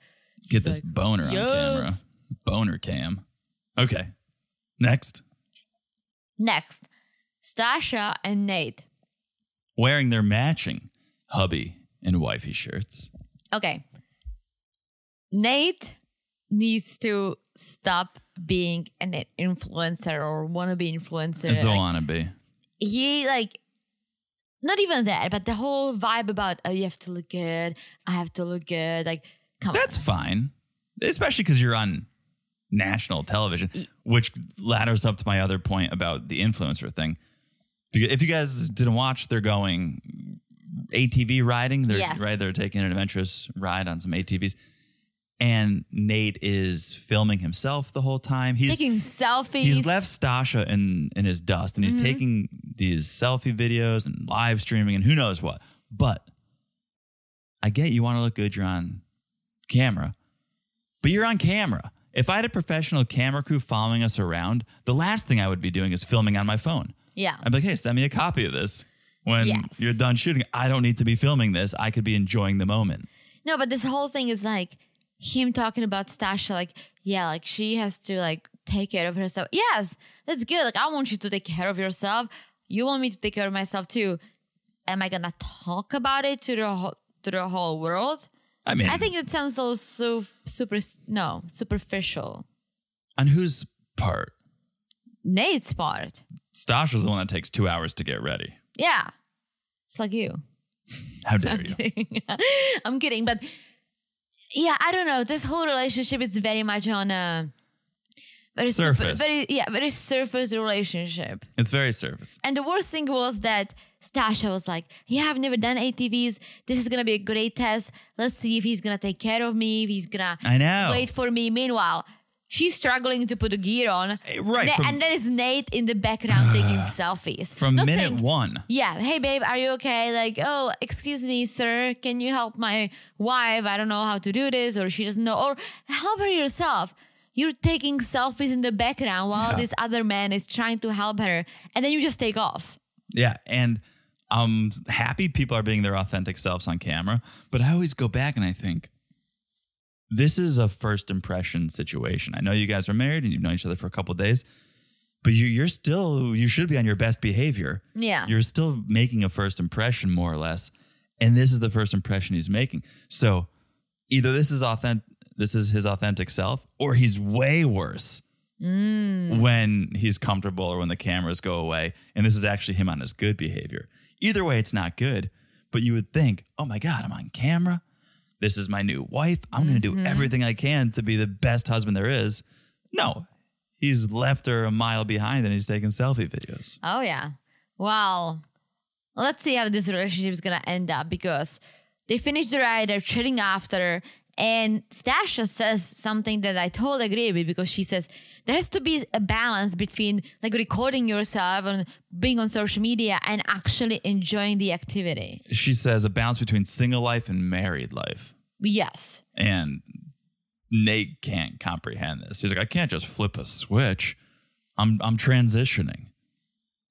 Speaker 4: get this
Speaker 5: like,
Speaker 4: boner
Speaker 5: "Yes."
Speaker 4: on camera. Boner cam. Okay. Next.
Speaker 5: next, Stasha and Nate.
Speaker 4: Wearing their matching hubby and wifey shirts.
Speaker 5: Okay. Nate needs to stop being an influencer or wannabe influencer.
Speaker 4: It's a
Speaker 5: Like,
Speaker 4: wannabe.
Speaker 5: he like not even that, but the whole vibe about oh you have to look good, I have to look good. Like come
Speaker 4: That's fine. Especially because you're on national television, which ladders up to my other point about the influencer thing. Because If you guys didn't watch, they're going ATV riding. They're
Speaker 5: Yes.
Speaker 4: right. They're taking an adventurous ride on some ATVs, and Nate is filming himself the whole time.
Speaker 5: on.
Speaker 4: He's
Speaker 5: Taking selfies.
Speaker 4: he's left Stasha in in his dust, and he's
Speaker 5: Mm-hmm.
Speaker 4: taking these selfie videos and live streaming and who knows what. But I get you want to look good. You're on camera, but you're on camera. If I had a professional camera crew following us around, the last thing I would be doing is filming on my phone.
Speaker 5: Yeah.
Speaker 4: I'd be like, hey, send me a copy of this when
Speaker 5: Yes.
Speaker 4: you're done shooting. I don't need to be filming this. I could be enjoying the moment.
Speaker 5: No, but this whole thing is like him talking about Stasha, like, yeah, like she has to like take care of herself. Yes, that's good. Like I want you to take care of yourself. You want me to take care of myself too. Am I gonna talk about it to the whole to the whole world?
Speaker 4: I mean,
Speaker 5: I think it sounds so, so super no superficial.
Speaker 4: on whose part?
Speaker 5: Nate's part,
Speaker 4: Stasha's the one that takes two hours to get ready.
Speaker 5: yeah, it's like you.
Speaker 4: How dare you?
Speaker 5: I'm kidding, but yeah, I don't know. This whole relationship is very much on a very super-
Speaker 4: Surface.
Speaker 5: very yeah, very surface relationship.
Speaker 4: It's very service.
Speaker 5: And the worst thing was that Stasha was like, "Yeah, I've never done ATVs. This is gonna be a great test. Let's see if he's gonna take care of me. If he's gonna
Speaker 4: I know.
Speaker 5: wait for me." Meanwhile. She's struggling to put a gear on,
Speaker 4: Eh, right,
Speaker 5: Na-
Speaker 4: from-
Speaker 5: and there is Nate in the background taking selfies.
Speaker 4: From
Speaker 5: Not
Speaker 4: minute
Speaker 5: saying-
Speaker 4: one,
Speaker 5: yeah. Hey, babe, are you okay? Like, oh, excuse me, sir. Can you help my wife? I don't know how to do this, or she doesn't know, or help her yourself. You're taking selfies in the background while this other man is trying to help her, and then you just take off.
Speaker 4: yeah, and I'm happy people are being their authentic selves on camera, but I always go back and I think this is a first impression situation. I know you guys are married and you've known each other for a couple of days, but you, you're still you should be on your best behavior.
Speaker 5: Yeah.
Speaker 4: you're still making a first impression more or less and this is the first impression he's making so either this is authentic this is his authentic self or he's way worse when he's comfortable or when the cameras go away and this is actually him on his good behavior either way it's not good but you would think oh my god i'm on camera this is my new wife i'm going to do everything i can to be the best husband there is no he's left her a mile behind and he's taking selfie videos
Speaker 5: Oh yeah. Well, let's see how this relationship is gonna end up because they finish the ride, they're chilling after, And Stasha says something that I totally agree with because she says there has to be a balance between like recording yourself and being on social media and actually enjoying the activity.
Speaker 4: She says a balance between single life and married life.
Speaker 5: Yes.
Speaker 4: And Nate can't comprehend this. He's like, I can't just flip a switch. I'm I'm transitioning.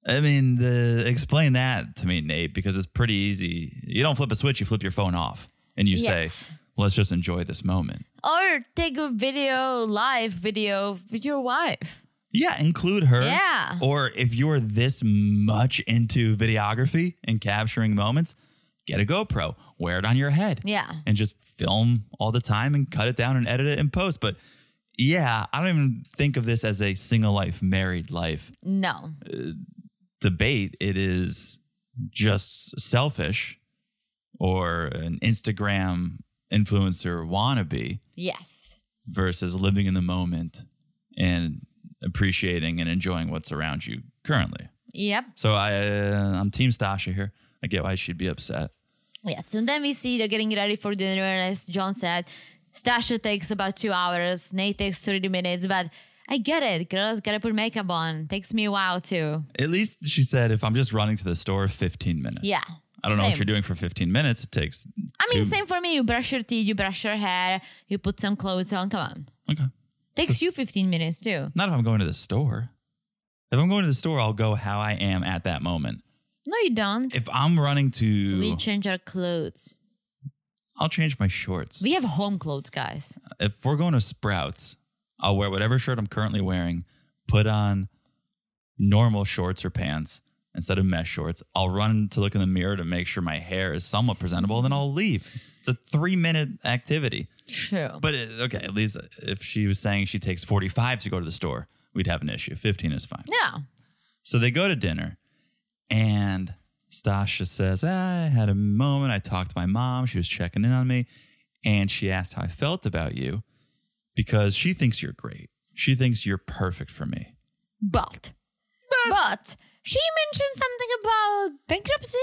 Speaker 4: I mean, the explain that to me, Nate, because it's pretty easy. You don't flip a switch, you flip your phone off and you
Speaker 5: Yes.
Speaker 4: say, Let's just enjoy this moment.
Speaker 5: Or take a video, live video with your wife.
Speaker 4: Yeah, include her.
Speaker 5: Yeah.
Speaker 4: Or if you're this much into videography and capturing moments, get a GoPro, wear it on your head.
Speaker 5: Yeah.
Speaker 4: And just film all the time and cut it down and edit it in post. But yeah, I don't even think of this as a single life, married life
Speaker 5: No.
Speaker 4: debate. It is just selfish or an Instagram influencer wannabe
Speaker 5: Yes.
Speaker 4: versus living in the moment and appreciating and enjoying what's around you currently.
Speaker 5: Yep.
Speaker 4: So I, uh, I'm Team Stasha here. I get why she'd be upset.
Speaker 5: Yes. And then we see they're getting ready for dinner. And as John said, Stasha takes about two hours, Nate takes 30 minutes. But I get it. Girls gotta put makeup on. Takes me a while too.
Speaker 4: At least she said, if I'm just running to the store, 15 minutes.
Speaker 5: Yeah.
Speaker 4: I don't know what
Speaker 5: Same.
Speaker 4: you're doing for 15 minutes. It takes.
Speaker 5: I mean,
Speaker 4: two-
Speaker 5: same for me. You brush your teeth, you brush your hair, you put some clothes on. Come on.
Speaker 4: Okay.
Speaker 5: Takes you 15 minutes too.
Speaker 4: Not if I'm going to the store. If I'm going to the store, I'll go how I am at that moment.
Speaker 5: No, you don't.
Speaker 4: If I'm running to,
Speaker 5: We change our clothes.
Speaker 4: I'll change my shorts.
Speaker 5: We have home clothes, guys.
Speaker 4: if we're going to Sprouts, I'll wear whatever shirt I'm currently wearing, put on normal shorts or pants instead of mesh shorts. I'll run to look in the mirror to make sure my hair is somewhat presentable, then I'll leave. It's a three minute activity.
Speaker 5: True.
Speaker 4: But it, okay, at least uh, if she was saying she takes 45 to go to the store, we'd have an issue. 15 is fine.
Speaker 5: No.
Speaker 4: So they go to dinner, and Stasha says, I had a moment. I talked to my mom. She was checking in on me, and she asked how I felt about you because she thinks you're great. She thinks you're perfect for me.
Speaker 5: But, but she mentioned something about bankruptcy.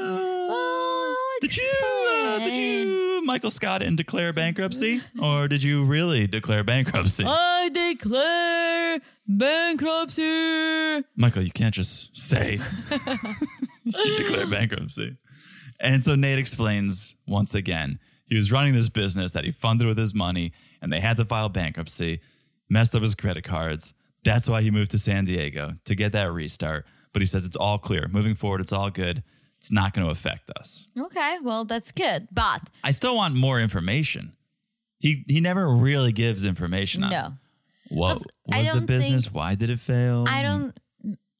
Speaker 5: Oh, Well,
Speaker 4: Did you, uh, did you, Michael Scott, and declare bankruptcy? Or did you really declare bankruptcy?
Speaker 5: I declare bankruptcy.
Speaker 4: Michael, you can't just say you declare bankruptcy. And so Nate explains once again he was running this business that he funded with his money and they had to file bankruptcy, messed up his credit cards. That's why he moved to San Diego to get that restart. But he says it's all clear. Moving forward, it's all good. It's not going to affect us.
Speaker 5: Okay, well that's good, but
Speaker 4: I still want more information. He he never really gives information on
Speaker 5: no,
Speaker 4: what
Speaker 5: Plus,
Speaker 4: was
Speaker 5: I
Speaker 4: the
Speaker 5: don't
Speaker 4: business, why did it fail?
Speaker 5: I don't.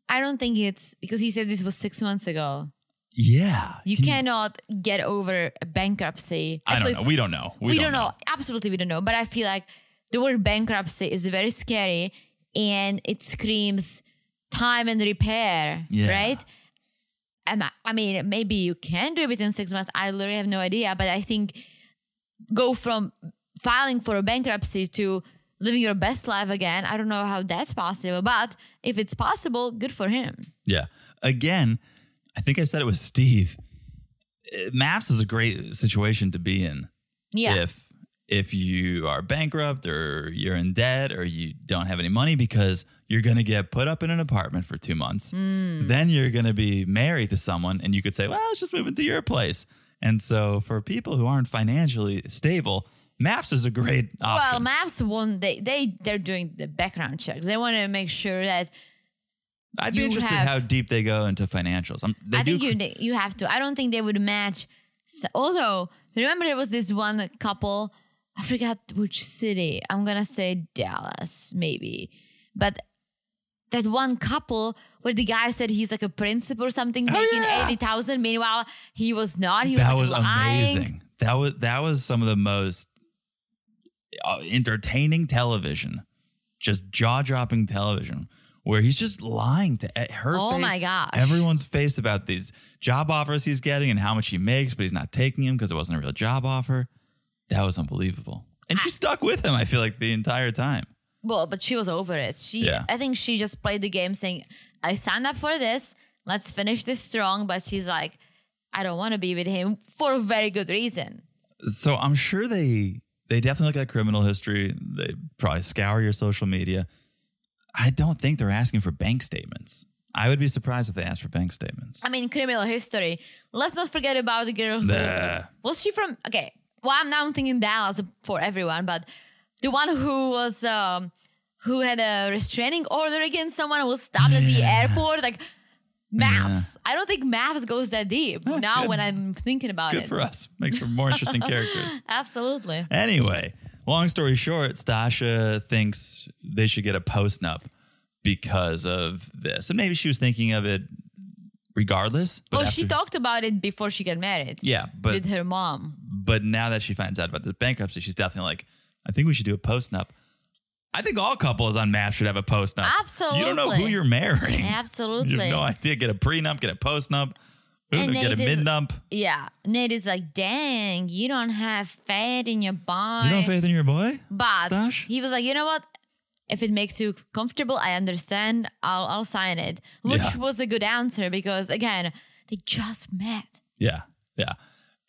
Speaker 5: I don't think it's because he said this was six months ago.
Speaker 4: Yeah,
Speaker 5: You
Speaker 4: He-
Speaker 5: cannot get over a bankruptcy.
Speaker 4: I
Speaker 5: At
Speaker 4: don't
Speaker 5: least-
Speaker 4: know. We don't know.
Speaker 5: we, don't know. Absolutely, we don't know. But I feel like the word bankruptcy is very scary and it screams time and repair,
Speaker 4: Yeah.
Speaker 5: right? Am I, I mean, maybe you can do it within six months. I literally have no idea. But I think go from filing for a bankruptcy to living your best life again. I don't know how that's possible. But if it's possible, good for him.
Speaker 4: Yeah. Again, I think I said it was Steve. Uh, Maps is a great situation to be in.
Speaker 5: Yeah.
Speaker 4: If if you are bankrupt or you're in debt or you don't have any money because you're going to get put up in an apartment for 2 months.
Speaker 5: Hmm.
Speaker 4: Then you're going to be married to someone and you could say, "Well, let's just move into your place." And so for people who aren't financially stable, Maps is a great option.
Speaker 5: Well, maps won't. They they they're doing the background checks. They want to make sure that
Speaker 4: I'd be
Speaker 5: you
Speaker 4: interested
Speaker 5: have-
Speaker 4: how deep they go into financials. I'm, they
Speaker 5: I
Speaker 4: do
Speaker 5: think
Speaker 4: cr-
Speaker 5: you they- you have to. I don't think they would match. So, although remember there was this one couple. I forgot which city. I'm gonna say Dallas, maybe. But that one couple where the guy said he's like a prince or something, making
Speaker 4: Oh, yeah.
Speaker 5: eighty thousand. Meanwhile, he was not. He
Speaker 4: that was
Speaker 5: was, like, lying.
Speaker 4: amazing. That was that was some of the most uh, entertaining television, just jaw dropping television, where he's just lying to at her.
Speaker 5: Oh
Speaker 4: face,
Speaker 5: my gosh.
Speaker 4: Everyone's face about these job offers he's getting and how much he makes, but he's not taking him because it wasn't a real job offer. That was unbelievable, and she stuck with him. I feel like the entire time.
Speaker 5: Well, but she was over it. She,
Speaker 4: Yeah.
Speaker 5: I think she just played the game, saying, "I signed up for this. Let's finish this strong." But she's like, "I don't want to be with him for a very good reason."
Speaker 4: So I'm sure they They definitely look at criminal history. They probably scour your social media. I don't think they're asking for bank statements. I would be surprised if they asked for bank statements.
Speaker 5: I mean, criminal history. Let's not forget about the girl. Who,
Speaker 4: Nah.
Speaker 5: Was she from? Okay. Well, I'm now thinking Dallas for everyone, but the one who was um, who had a restraining order against someone who was stopped at the airport, like maps. I don't think maps goes that deep. now
Speaker 4: Ah, good.
Speaker 5: when I'm thinking about
Speaker 4: Good
Speaker 5: it,
Speaker 4: for us. Makes for more interesting characters.
Speaker 5: absolutely.
Speaker 4: Anyway, long story short, Stasha thinks they should get a post nup because of this. And maybe she was thinking of it regardless. But
Speaker 5: well, Oh, she
Speaker 4: after-
Speaker 5: talked about it before she got married
Speaker 4: Yeah, but
Speaker 5: with her mom.
Speaker 4: but now that she finds out about this bankruptcy, she's definitely like, I think we should do a post nup. I think all couples on MAP should have a post nup. You don't know who
Speaker 5: Absolutely.
Speaker 4: you're marrying. You
Speaker 5: Absolutely.
Speaker 4: have no idea. Get a prenup, get a post nup,
Speaker 5: And
Speaker 4: get a
Speaker 5: they did-
Speaker 4: midnup.
Speaker 5: yeah. Nate is like, dang, you don't have faith in your body.
Speaker 4: You don't have faith in your boy?
Speaker 5: But
Speaker 4: Stash?
Speaker 5: he was like, you know what? If it makes you comfortable, I understand. I'll I'll sign it, which
Speaker 4: Yeah.
Speaker 5: was a good answer because again, they just met.
Speaker 4: Yeah. Yeah.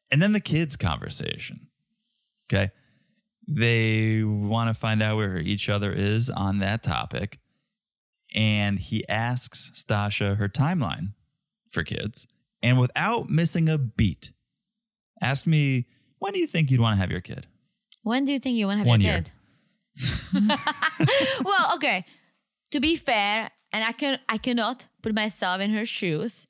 Speaker 4: And then the kids conversation. Okay. They want to find out where each other is on that topic. And he asks Stasha her timeline for kids. And without missing a beat, asked me, when do you think you'd want to have your kid?
Speaker 5: When do you think you want to have
Speaker 4: One
Speaker 5: your
Speaker 4: year.
Speaker 5: kid? well, okay. To be fair, and I can I cannot put myself in her shoes,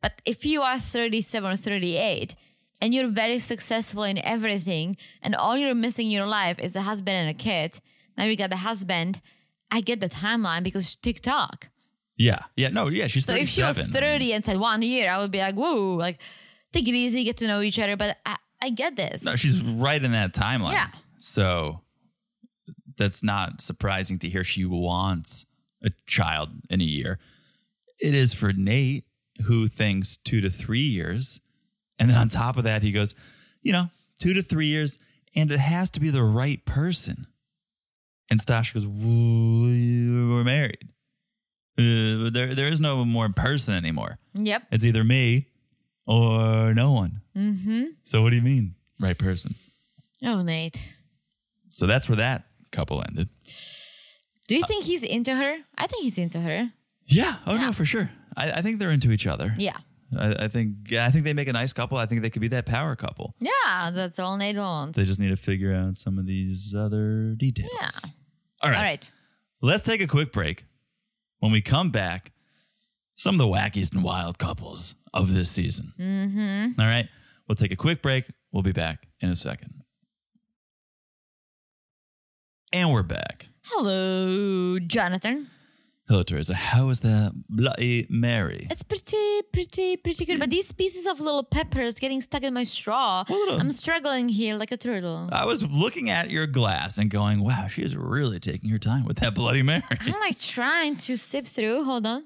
Speaker 5: but if you are 37 or 38 and you're very successful in everything and all you're missing in your life is a husband and a kid, now you got the husband, I get the timeline because TikTok.
Speaker 4: Yeah. Yeah. No, yeah. She's
Speaker 5: So
Speaker 4: 37.
Speaker 5: if she was 30 and said one year, I would be like, whoa, like take it easy, get to know each other. But I, I get this.
Speaker 4: No, she's right in that timeline.
Speaker 5: Yeah.
Speaker 4: So that's not surprising to hear she wants a child in a year. It is for Nate, who thinks two to three years. And then on top of that, he goes, you know, two to three years, and it has to be the right person. And Stash goes, "Woo, we're married. Uh, there, there is no more person anymore.
Speaker 5: Yep.
Speaker 4: It's either me or no one.
Speaker 5: Mm-hmm.
Speaker 4: So what do you mean, right person?
Speaker 5: Oh, Nate.
Speaker 4: So that's where that couple ended.
Speaker 5: Do you think he's into her? I think he's into her.
Speaker 4: Yeah. Oh no, for sure. I, I think they're into each other.
Speaker 5: Yeah.
Speaker 4: I, I think yeah, I think they make a nice couple. I think they could be that power couple.
Speaker 5: Yeah, that's all Nate wants.
Speaker 4: They just need to figure out some of these other details.
Speaker 5: Yeah.
Speaker 4: All right.
Speaker 5: all right.
Speaker 4: Let's take a quick break. When we come back, some of the wackiest and wild couples of this season. Mm-hmm. right. We'll take a quick break. We'll be back in a second. And we're back.
Speaker 5: Hello, Jonathan.
Speaker 4: Hello, Teresa. How is that bloody Mary?
Speaker 5: It's pretty, pretty, pretty good. But these pieces of little peppers getting stuck in my straw.
Speaker 4: little- Uh.
Speaker 5: I'm struggling here like a turtle.
Speaker 4: I was looking at your glass and going, wow, she is really taking her time with that Bloody Mary.
Speaker 5: I'm like trying to sip through. Hold on.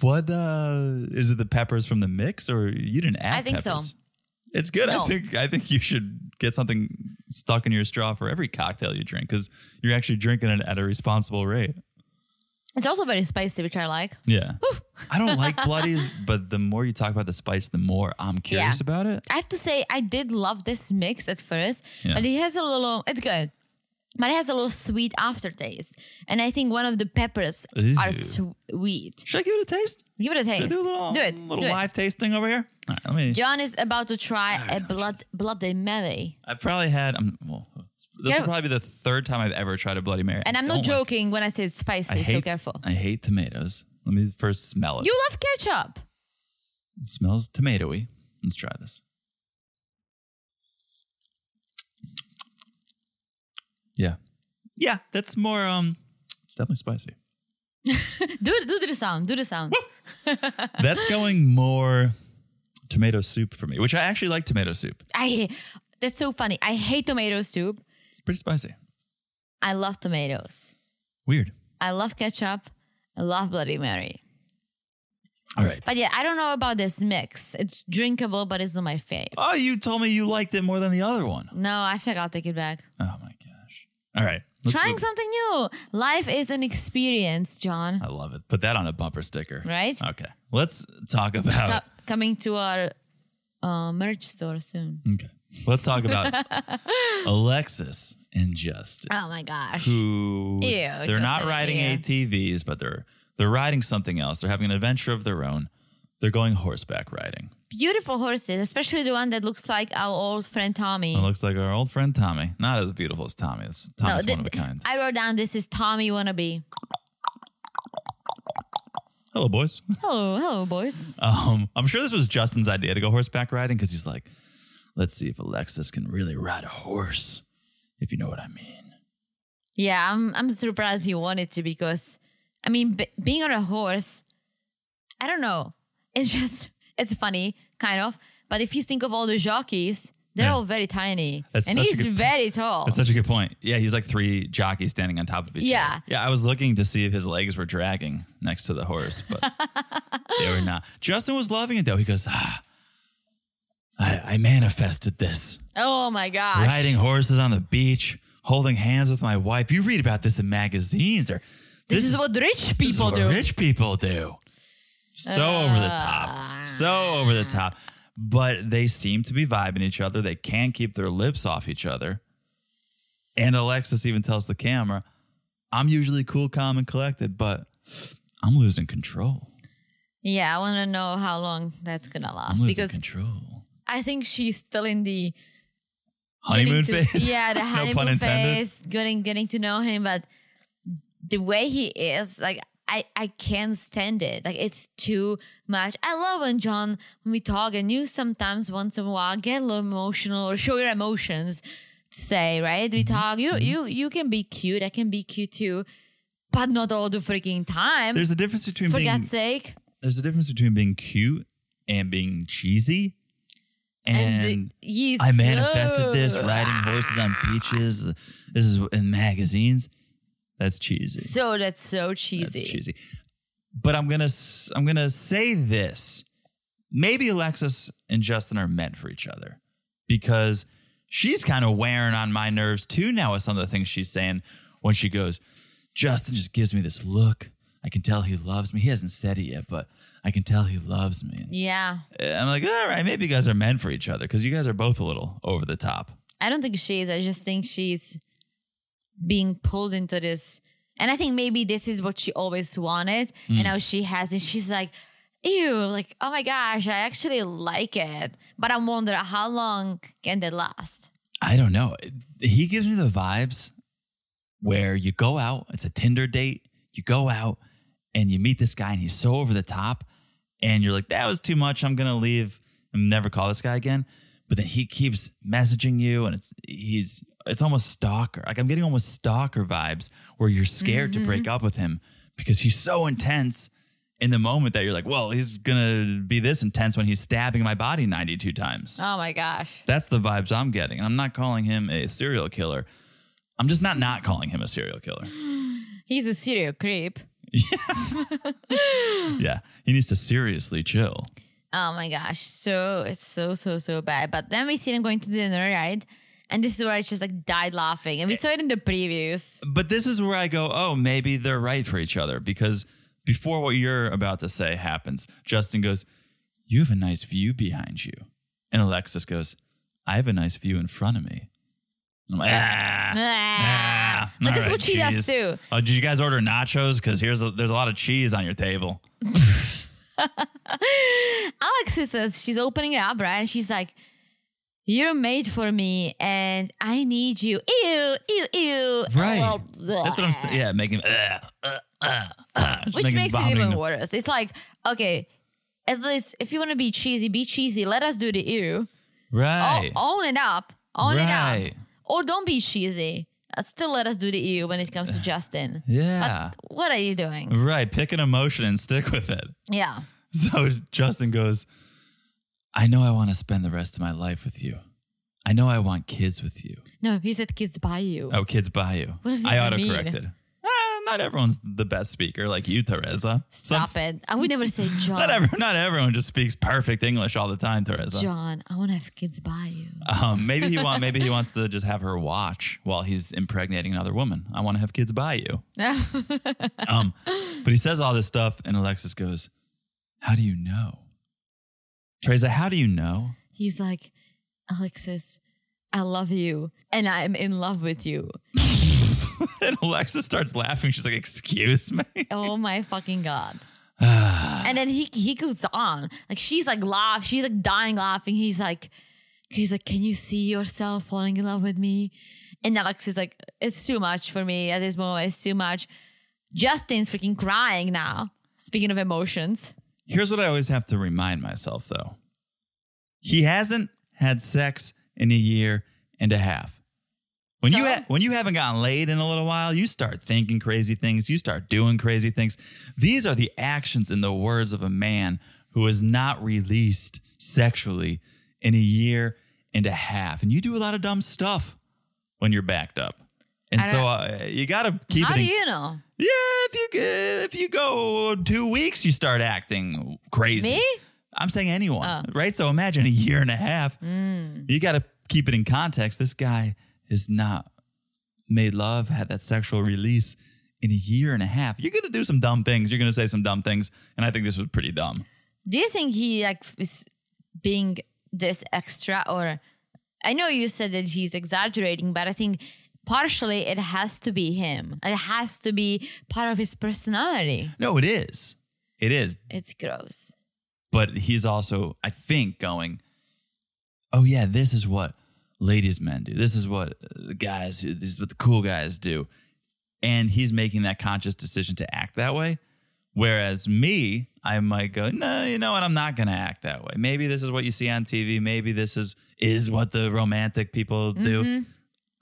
Speaker 4: What uh is it the peppers from the mix or you didn't add
Speaker 5: I think so.
Speaker 4: peppers? It's good.
Speaker 5: No.
Speaker 4: I think I think you should get something stuck in your straw for every cocktail you drink cuz you're actually drinking it at a responsible rate.
Speaker 5: It's also very spicy, which I like.
Speaker 4: Yeah. I don't like bloodies, but the more you talk about the spice, the more I'm curious about it.
Speaker 5: I have to say, I did love this mix at first,
Speaker 4: Yeah.
Speaker 5: but it has a little, it's good, but it has a little sweet aftertaste. And I think one of the peppers are
Speaker 4: Ew.
Speaker 5: sweet.
Speaker 4: Should I give it a taste?
Speaker 5: Give it a
Speaker 4: Should I
Speaker 5: taste.
Speaker 4: do a little, um,
Speaker 5: do it.
Speaker 4: little
Speaker 5: do it.
Speaker 4: live tasting over here? All right, let me
Speaker 5: John is about to try a blood Bloody Mary.
Speaker 4: I've probably had. Um, well, this
Speaker 5: Yeah.
Speaker 4: will probably be the third time I've ever tried a Bloody Mary.
Speaker 5: And
Speaker 4: I
Speaker 5: I'm not
Speaker 4: don't like-
Speaker 5: joking when I say it's
Speaker 4: I
Speaker 5: spicy,
Speaker 4: hate,
Speaker 5: so careful.
Speaker 4: I hate tomatoes. Let me first smell it.
Speaker 5: You love ketchup.
Speaker 4: it smells tomatoey. Let's try this. Yeah, yeah, that's more. Um, it's definitely spicy.
Speaker 5: Do, do the sound. Do the sound.
Speaker 4: That's going more tomato soup for me, which I actually like tomato soup.
Speaker 5: I. That's so funny. I hate tomato soup.
Speaker 4: It's pretty spicy.
Speaker 5: I love tomatoes.
Speaker 4: Weird.
Speaker 5: I love ketchup. I love Bloody Mary.
Speaker 4: All right.
Speaker 5: But yeah, I don't know about this mix. It's drinkable, but it's not my fave.
Speaker 4: Oh, you told me you liked it more than the other one.
Speaker 5: No, I think I'll take it back.
Speaker 4: Oh my gosh. All right. let's
Speaker 5: Trying
Speaker 4: move-
Speaker 5: something new. Life is an experience, John.
Speaker 4: I love it. Put that on a bumper sticker.
Speaker 5: Right?
Speaker 4: Okay. Let's talk about.
Speaker 5: Co- coming to our uh, merch store soon.
Speaker 4: Okay. Let's talk about Alexis and Justin,
Speaker 5: Oh my gosh.
Speaker 4: who
Speaker 5: Ew,
Speaker 4: they're
Speaker 5: Justin,
Speaker 4: not riding
Speaker 5: yeah.
Speaker 4: ATVs, but they're they're riding something else. They're having an adventure of their own. They're going horseback riding.
Speaker 5: Beautiful horses, especially the one that looks like our old friend Tommy.
Speaker 4: It looks like our old friend Tommy. Not as beautiful as Tommy. It's, Tommy's
Speaker 5: th-
Speaker 4: one of a kind.
Speaker 5: I wrote down this is Tommy wannabe.
Speaker 4: Hello, boys.
Speaker 5: Hello, hello, boys.
Speaker 4: Um, I'm sure this was Justin's idea to go horseback riding because he's like, let's see if Alexis can really ride a horse, if you know what I mean.
Speaker 5: Yeah, I'm I'm surprised he wanted to because, I mean, b- being on a horse, I don't know. It's just it's funny, kind of. But if you think of all the jockeys, they're
Speaker 4: Yeah.
Speaker 5: all very tiny,
Speaker 4: That's
Speaker 5: and
Speaker 4: such a
Speaker 5: he's
Speaker 4: good-
Speaker 5: very tall.
Speaker 4: That's such a good point. Yeah, he's like three jockeys standing on top of each
Speaker 5: Yeah.
Speaker 4: other. Yeah, I was looking to see if his legs were dragging next to the horse, but they were not. Justin was loving it though. He goes, ah, I, I manifested this.
Speaker 5: oh my gosh!
Speaker 4: Riding horses on the beach, holding hands with my wife. You read about this in magazines or
Speaker 5: This, is what rich people
Speaker 4: this is what
Speaker 5: do.
Speaker 4: Rich people do. So over the top. So over the top. But they seem to be vibing each other. They can't keep their lips off each other. And Alexis even tells the camera, I'm usually cool, calm, and collected, but I'm losing control.
Speaker 5: Yeah, I want to know how long that's gonna
Speaker 4: I'm
Speaker 5: last
Speaker 4: losing
Speaker 5: because
Speaker 4: control.
Speaker 5: I think she's still in the
Speaker 4: Honeymoon
Speaker 5: getting to-
Speaker 4: phase?
Speaker 5: Yeah, the
Speaker 4: No pun
Speaker 5: honeymoon
Speaker 4: intended.
Speaker 5: phase, getting getting to know him, but the way he is, like I I can't stand it. Like it's too much. I love when John when we talk and you sometimes once in a while get a little emotional or show your emotions. Say right,
Speaker 4: Mm-hmm.
Speaker 5: we talk. You you you can be cute. I can be cute too, but not all the freaking time.
Speaker 4: There's a difference between
Speaker 5: for
Speaker 4: being
Speaker 5: God's sake.
Speaker 4: there's a difference between being cute and being cheesy. And,
Speaker 5: And, he's
Speaker 4: I manifested this
Speaker 5: so-
Speaker 4: riding horses on beaches. This is in magazines. That's cheesy.
Speaker 5: So that's so cheesy.
Speaker 4: That's cheesy. But I'm gonna s- I'm gonna say this. Maybe Alexis and Justin are meant for each other because she's kind of wearing on my nerves too now with some of the things she's saying when she goes, Justin just gives me this look. I can tell he loves me. He hasn't said it yet, but I can tell he loves me. And
Speaker 5: Yeah.
Speaker 4: I'm like, all right, maybe you guys are meant for each other because you guys are both a little over the top.
Speaker 5: I don't think she is. I just think she's being pulled into this. And I think maybe this is what she always wanted.
Speaker 4: Mm.
Speaker 5: And now she has it. She's like, ew, like, oh my gosh, I actually like it. But I wonder how long can that last?
Speaker 4: I don't know. He gives me the vibes where you go out, it's a Tinder date, you go out and you meet this guy and he's so over the top and you're like, that was too much. I'm going to leave and never call this guy again. But then he keeps messaging you and it's, he's, it's almost stalker. Like I'm getting almost stalker vibes where you're scared to break up with him because he's so intense in the moment that you're like, well, he's going to be this intense when he's stabbing my body 92 times.
Speaker 5: Oh my gosh.
Speaker 4: That's the vibes I'm getting. And I'm not calling him a serial killer. I'm just not not calling him a serial killer.
Speaker 5: He's a serial creep. Hmm.
Speaker 4: Yeah. He needs to seriously chill.
Speaker 5: Oh my gosh. So it's so, so, so bad. But then we see them going to dinner, right? And this is where I just like died laughing. And we saw it in the previews.
Speaker 4: But this is where I go, oh, maybe they're right for each other because before what you're about to say happens, Justin goes, You have a nice view behind you. And Alexis goes, I have a nice view in front of me. I'm like, ah.
Speaker 5: Ah.
Speaker 4: ah,
Speaker 5: Like,
Speaker 4: all
Speaker 5: this is
Speaker 4: right,
Speaker 5: what she does
Speaker 4: cheese."
Speaker 5: too.
Speaker 4: Oh, did you guys order nachos? Because here's a, there's a lot of cheese on your table.
Speaker 5: Alexis says she's opening it up, right? And she's like, You're made for me and I need you. Ew, ew, ew.
Speaker 4: Right.
Speaker 5: Well,
Speaker 4: That's what I'm saying. Yeah, making. Uh, uh, uh, uh, just
Speaker 5: Which
Speaker 4: making
Speaker 5: makes it
Speaker 4: vomiting
Speaker 5: even
Speaker 4: no-
Speaker 5: worse. It's like, okay, at least if you want to be cheesy, be cheesy. Let us do the ew. O-
Speaker 4: Right.
Speaker 5: own it up. Own it
Speaker 4: Right.
Speaker 5: up. Or don't be cheesy. Uh, Still let us do the ew when it comes to Justin.
Speaker 4: yeah.
Speaker 5: What are you doing?
Speaker 4: right. Pick an emotion and stick with it.
Speaker 5: Yeah.
Speaker 4: So Justin goes, I know I want to spend the rest of my life with you. I know I want kids with you.
Speaker 5: No, he said kids by you.
Speaker 4: Oh, kids by you.
Speaker 5: What does that
Speaker 4: I
Speaker 5: even mean?
Speaker 4: autocorrected. Ah, not everyone's the best speaker like you, Teresa. Some-
Speaker 5: Stop it. I would never say John.
Speaker 4: not, every, not everyone just speaks perfect English all the time, Teresa.
Speaker 5: John, I want to have kids by you.
Speaker 4: Um, maybe he want maybe he wants to just have her watch while he's impregnating another woman. I want to have kids by you. Um, but he says all this stuff, and Alexis goes, "How do you know, Teresa? How do you know?"
Speaker 5: He's like, Alexis, I love you and I'm in love with you.
Speaker 4: and Alexa starts laughing. She's like, "Excuse me."
Speaker 5: Oh my fucking god. and then he he goes on. Like she's like laugh, she's like dying laughing. He's like he's like, Can you see yourself falling in love with me? And Alex is like, It's too much for me at this moment, it's too much. Justin's freaking crying now. Speaking of emotions.
Speaker 4: Here's what I always have to remind myself, though. He hasn't had sex in a year and a half. When you
Speaker 5: So?
Speaker 4: ha- when you haven't gotten laid in a little while, you start thinking crazy things. You start doing crazy things. These are the actions and the words of a man who is not released sexually in a year and a half. And you do a lot of dumb stuff when you're backed up. And
Speaker 5: I
Speaker 4: so uh, you got to keep
Speaker 5: How
Speaker 4: it.
Speaker 5: do
Speaker 4: in-
Speaker 5: you know?
Speaker 4: yeah, if you g- if you go two weeks, you start acting crazy.
Speaker 5: Me?
Speaker 4: I'm saying anyone, right? So imagine a year and a half. You got to keep it in context. This guy has not made love, had that sexual release in a year and a half. You're gonna do some dumb things. You're gonna say some dumb things, and I think this was pretty dumb.
Speaker 5: Do you think he like f- is being this extra or I know you said that he's exaggerating, but I think partially it has to be him. It has to be part of his personality.
Speaker 4: No, it is, it is.
Speaker 5: It's gross.
Speaker 4: But he's also, I think, going, oh yeah, this is what ladies men do. This is what uh, the guys, this is what the cool guys do. And he's making that conscious decision to act that way. Whereas me, I might go, no, you know what? I'm not going to act that way. Maybe this is what you see on TV. Maybe this is is what the romantic people do.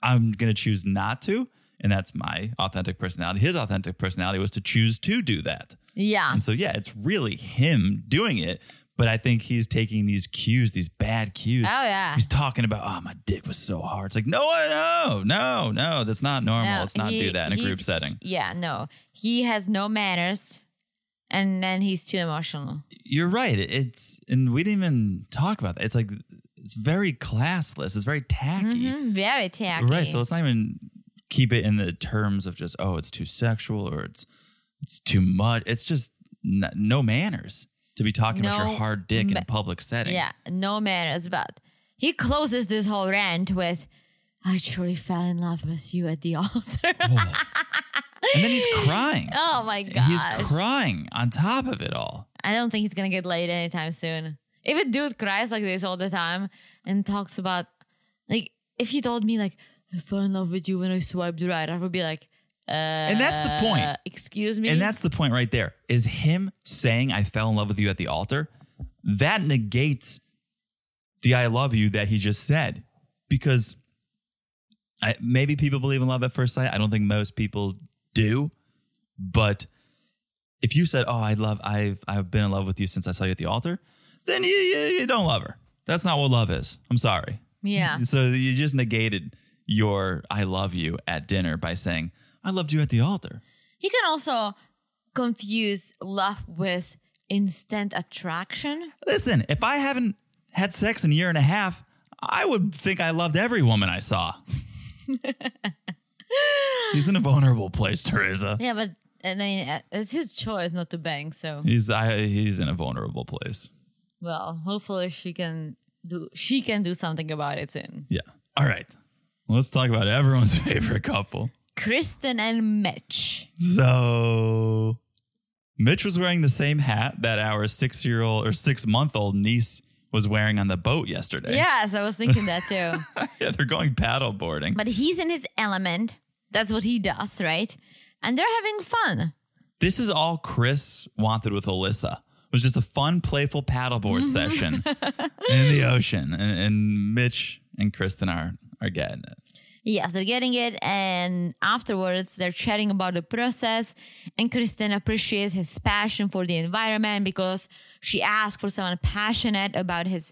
Speaker 4: I'm going to choose not to. And that's my authentic personality. His authentic personality was to choose to do that.
Speaker 5: Yeah.
Speaker 4: And so, yeah, it's really him doing it. But I think he's taking these cues, these bad cues.
Speaker 5: Oh, yeah.
Speaker 4: He's talking about, oh, my dick was so hard. It's like, no, no, no, no, that's not normal.
Speaker 5: No,
Speaker 4: Let's not
Speaker 5: he-
Speaker 4: do that in a group
Speaker 5: he's-
Speaker 4: setting.
Speaker 5: Yeah, no. He has no manners and then he's too emotional.
Speaker 4: You're right. It's, and we didn't even talk about that. It's like, it's very classless. It's very tacky.
Speaker 5: Mhm, Very tacky.
Speaker 4: Right. So let's not even keep it in the terms of just, oh, it's too sexual or it's, it's too much. It's just n- no manners to be talking about
Speaker 5: No
Speaker 4: your hard dick in
Speaker 5: ma-
Speaker 4: a public setting.
Speaker 5: Yeah, no manners, but he closes this whole rant with, I truly fell in love with you at the altar.
Speaker 4: Oh And then he's crying.
Speaker 5: oh my gosh.
Speaker 4: He's crying on top of it all.
Speaker 5: I don't think he's gonna get laid anytime soon. If a dude cries like this all the time and talks about, like, if you told me, like, I fell in love with you when I swiped right, I would be like, uh, and
Speaker 4: that's the point.
Speaker 5: Excuse me.
Speaker 4: And that's the point right there is him saying, I fell in love with you at the altar. That negates the I love you that he just said because I, maybe people believe in love at first sight. I don't think most people do. But if you said, Oh, I love, I've, I've been in love with you since I saw you at the altar, then you, you, you don't love her. That's not what love is. I'm sorry.
Speaker 5: yeah.
Speaker 4: So you just negated your I love you at dinner by saying, I loved you at the altar.
Speaker 5: He can also confuse love with instant attraction.
Speaker 4: Listen, if I haven't had sex in a year and a half, I would think I loved every woman I saw. He's in a vulnerable place, Teresa.
Speaker 5: Yeah, but I mean, uh, it's his choice not to bang. So,
Speaker 4: He's I, he's in a vulnerable place.
Speaker 5: well, hopefully she can do she can do something about it soon.
Speaker 4: Yeah. All right. Let's talk about everyone's favorite couple.
Speaker 5: Kristen and Mitch.
Speaker 4: So Mitch was wearing the same hat that our six year old or six month old niece was wearing on the boat yesterday.
Speaker 5: Yes, I was thinking that too.
Speaker 4: yeah, they're going paddle boarding.
Speaker 5: but he's in his element. That's what he does, right? And they're having fun.
Speaker 4: this is all Chris wanted with Alyssa. It was just a fun, playful
Speaker 5: Mm-hmm.
Speaker 4: paddleboard session in the ocean. And, and Mitch and Kristen are are getting it.
Speaker 5: Yes, they're getting it. And afterwards, they're chatting about the process. And Kristen appreciates his passion for the environment because she asked for someone passionate about his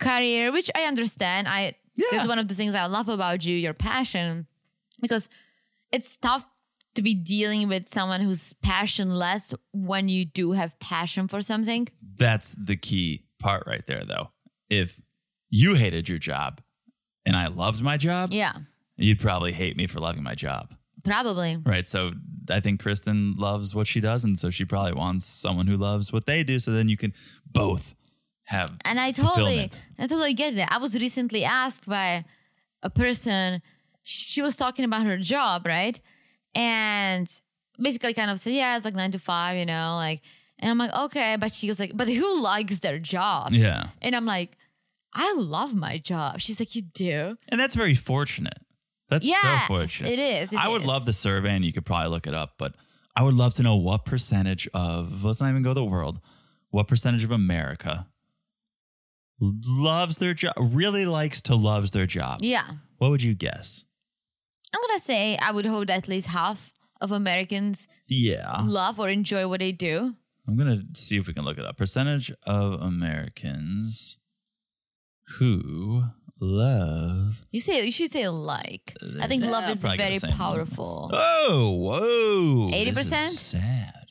Speaker 5: career, which I understand. I this
Speaker 4: Yeah.
Speaker 5: is one of the things I love about you, your passion, because it's tough to be dealing with someone who's passionless when you do have passion for something.
Speaker 4: That's the key part right there, though. If you hated your job and I loved my job,
Speaker 5: Yeah,
Speaker 4: you'd probably hate me for loving my job.
Speaker 5: probably.
Speaker 4: Right. So I think Kristen loves what she does. And so she probably wants someone who loves what they do. So then you can both have
Speaker 5: And I totally,
Speaker 4: fulfillment.
Speaker 5: I totally get that. I was recently asked by a person. She was talking about her job, right? And basically, kind of said, "Yeah, it's like nine to five, you know." Like, and I'm like, "Okay," but she was like, "But who likes their jobs?"
Speaker 4: Yeah.
Speaker 5: And I'm like, "I love my job." She's like, "You do?"
Speaker 4: And that's very fortunate. That's
Speaker 5: Yes,
Speaker 4: so fortunate.
Speaker 5: it is, it
Speaker 4: I would
Speaker 5: is.
Speaker 4: love the survey, and you could probably look it up, but I would love to know what percentage of, let's not even go to the world, what percentage of America loves their job, really likes to loves their job.
Speaker 5: Yeah.
Speaker 4: What would you guess?
Speaker 5: I'm gonna say I would hope at least half of Americans
Speaker 4: Yeah.
Speaker 5: love or enjoy what they do.
Speaker 4: I'm going to see if we can look it up. Percentage of Americans who love
Speaker 5: You say you should say like. I think love
Speaker 4: Yeah,
Speaker 5: is
Speaker 4: Eh, probably
Speaker 5: very
Speaker 4: the same.
Speaker 5: powerful.
Speaker 4: Oh, whoa. This is
Speaker 5: 80%?
Speaker 4: Sad.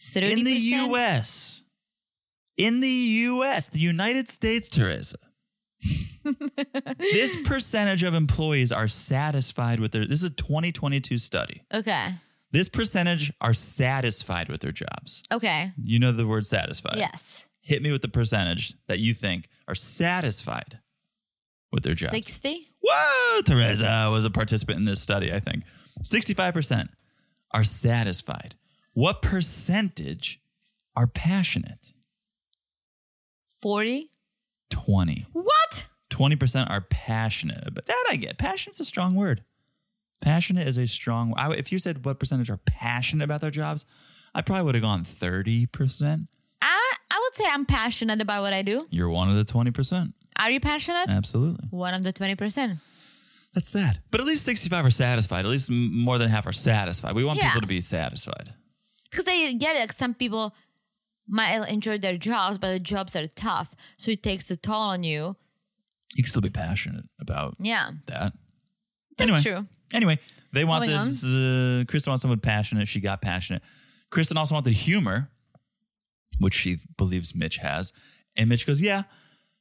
Speaker 5: 30%?
Speaker 4: In the U.S. In the U.S., the United States, Teresa. this percentage of employees are satisfied with their. This is a 2022 study.
Speaker 5: Okay.
Speaker 4: This percentage are satisfied with their jobs.
Speaker 5: Okay.
Speaker 4: You know the word satisfied.
Speaker 5: Yes.
Speaker 4: Hit me with the percentage that you think are satisfied with their jobs.
Speaker 5: Sixty.
Speaker 4: Whoa, Teresa was a participant in this study, I think. 65% are satisfied. What percentage are passionate?
Speaker 5: Forty.
Speaker 4: 20.
Speaker 5: What?
Speaker 4: 20% are passionate. But that I get. Passionate's a strong word. Passionate is a strong I, would- If you said what percentage are passionate about their jobs, I probably would have gone 30%.
Speaker 5: I I would say I'm passionate about what I do.
Speaker 4: You're one of the 20%.
Speaker 5: Are you passionate?
Speaker 4: Uh. Absolutely.
Speaker 5: One of the twenty percent.
Speaker 4: That's sad. But at least 65 are satisfied. At least m- more than half are satisfied. We want
Speaker 5: Yeah.
Speaker 4: people to be satisfied.
Speaker 5: Because I get it. Like some people might enjoy their jobs, but the jobs are tough, so it takes a toll on you.
Speaker 4: You can still be passionate about
Speaker 5: Yeah.
Speaker 4: that.
Speaker 5: That's
Speaker 4: anyway,
Speaker 5: true.
Speaker 4: Anyway, they want
Speaker 5: Moving
Speaker 4: this. Uh, Kristen wants someone passionate. She got passionate. Kristen also wanted humor, which she believes Mitch has. And Mitch goes, Yeah,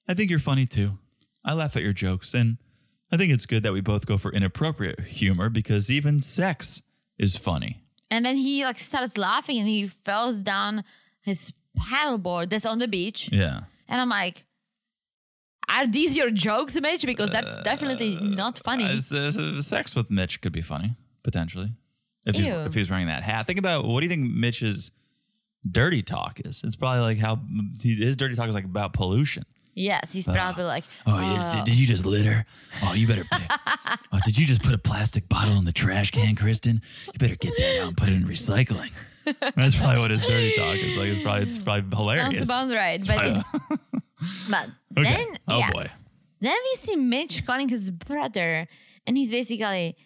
Speaker 4: I think you're funny too. I laugh at your jokes. And I think it's good that we both go for inappropriate humor because even sex is funny.
Speaker 5: And then he like starts laughing and he falls down his paddleboard that's on the beach.
Speaker 4: Yeah.
Speaker 5: And I'm like, are these your jokes, Mitch? Because that's definitely not funny.
Speaker 4: It's, uh, sex with Mitch could be funny, potentially. If he's,
Speaker 5: Ew.
Speaker 4: if he's wearing that hat. Think about what do you think Mitch's dirty talk is? It's probably like how his dirty talk is like about pollution.
Speaker 5: Yes, he's probably like,
Speaker 4: Oh, you-
Speaker 5: "Uh,
Speaker 4: did, did you just litter? Oh, you better. oh, did you just put a plastic bottle in the trash can, Kristen? You better get that out and put it in recycling. That's probably what his dirty talk is like. It's probably it's probably hilarious.
Speaker 5: sounds about right.
Speaker 4: It's
Speaker 5: But,
Speaker 4: probably-
Speaker 5: but
Speaker 4: Okay.
Speaker 5: then,
Speaker 4: oh
Speaker 5: yeah.
Speaker 4: boy,
Speaker 5: Then we see Mitch calling his brother, and he's basically,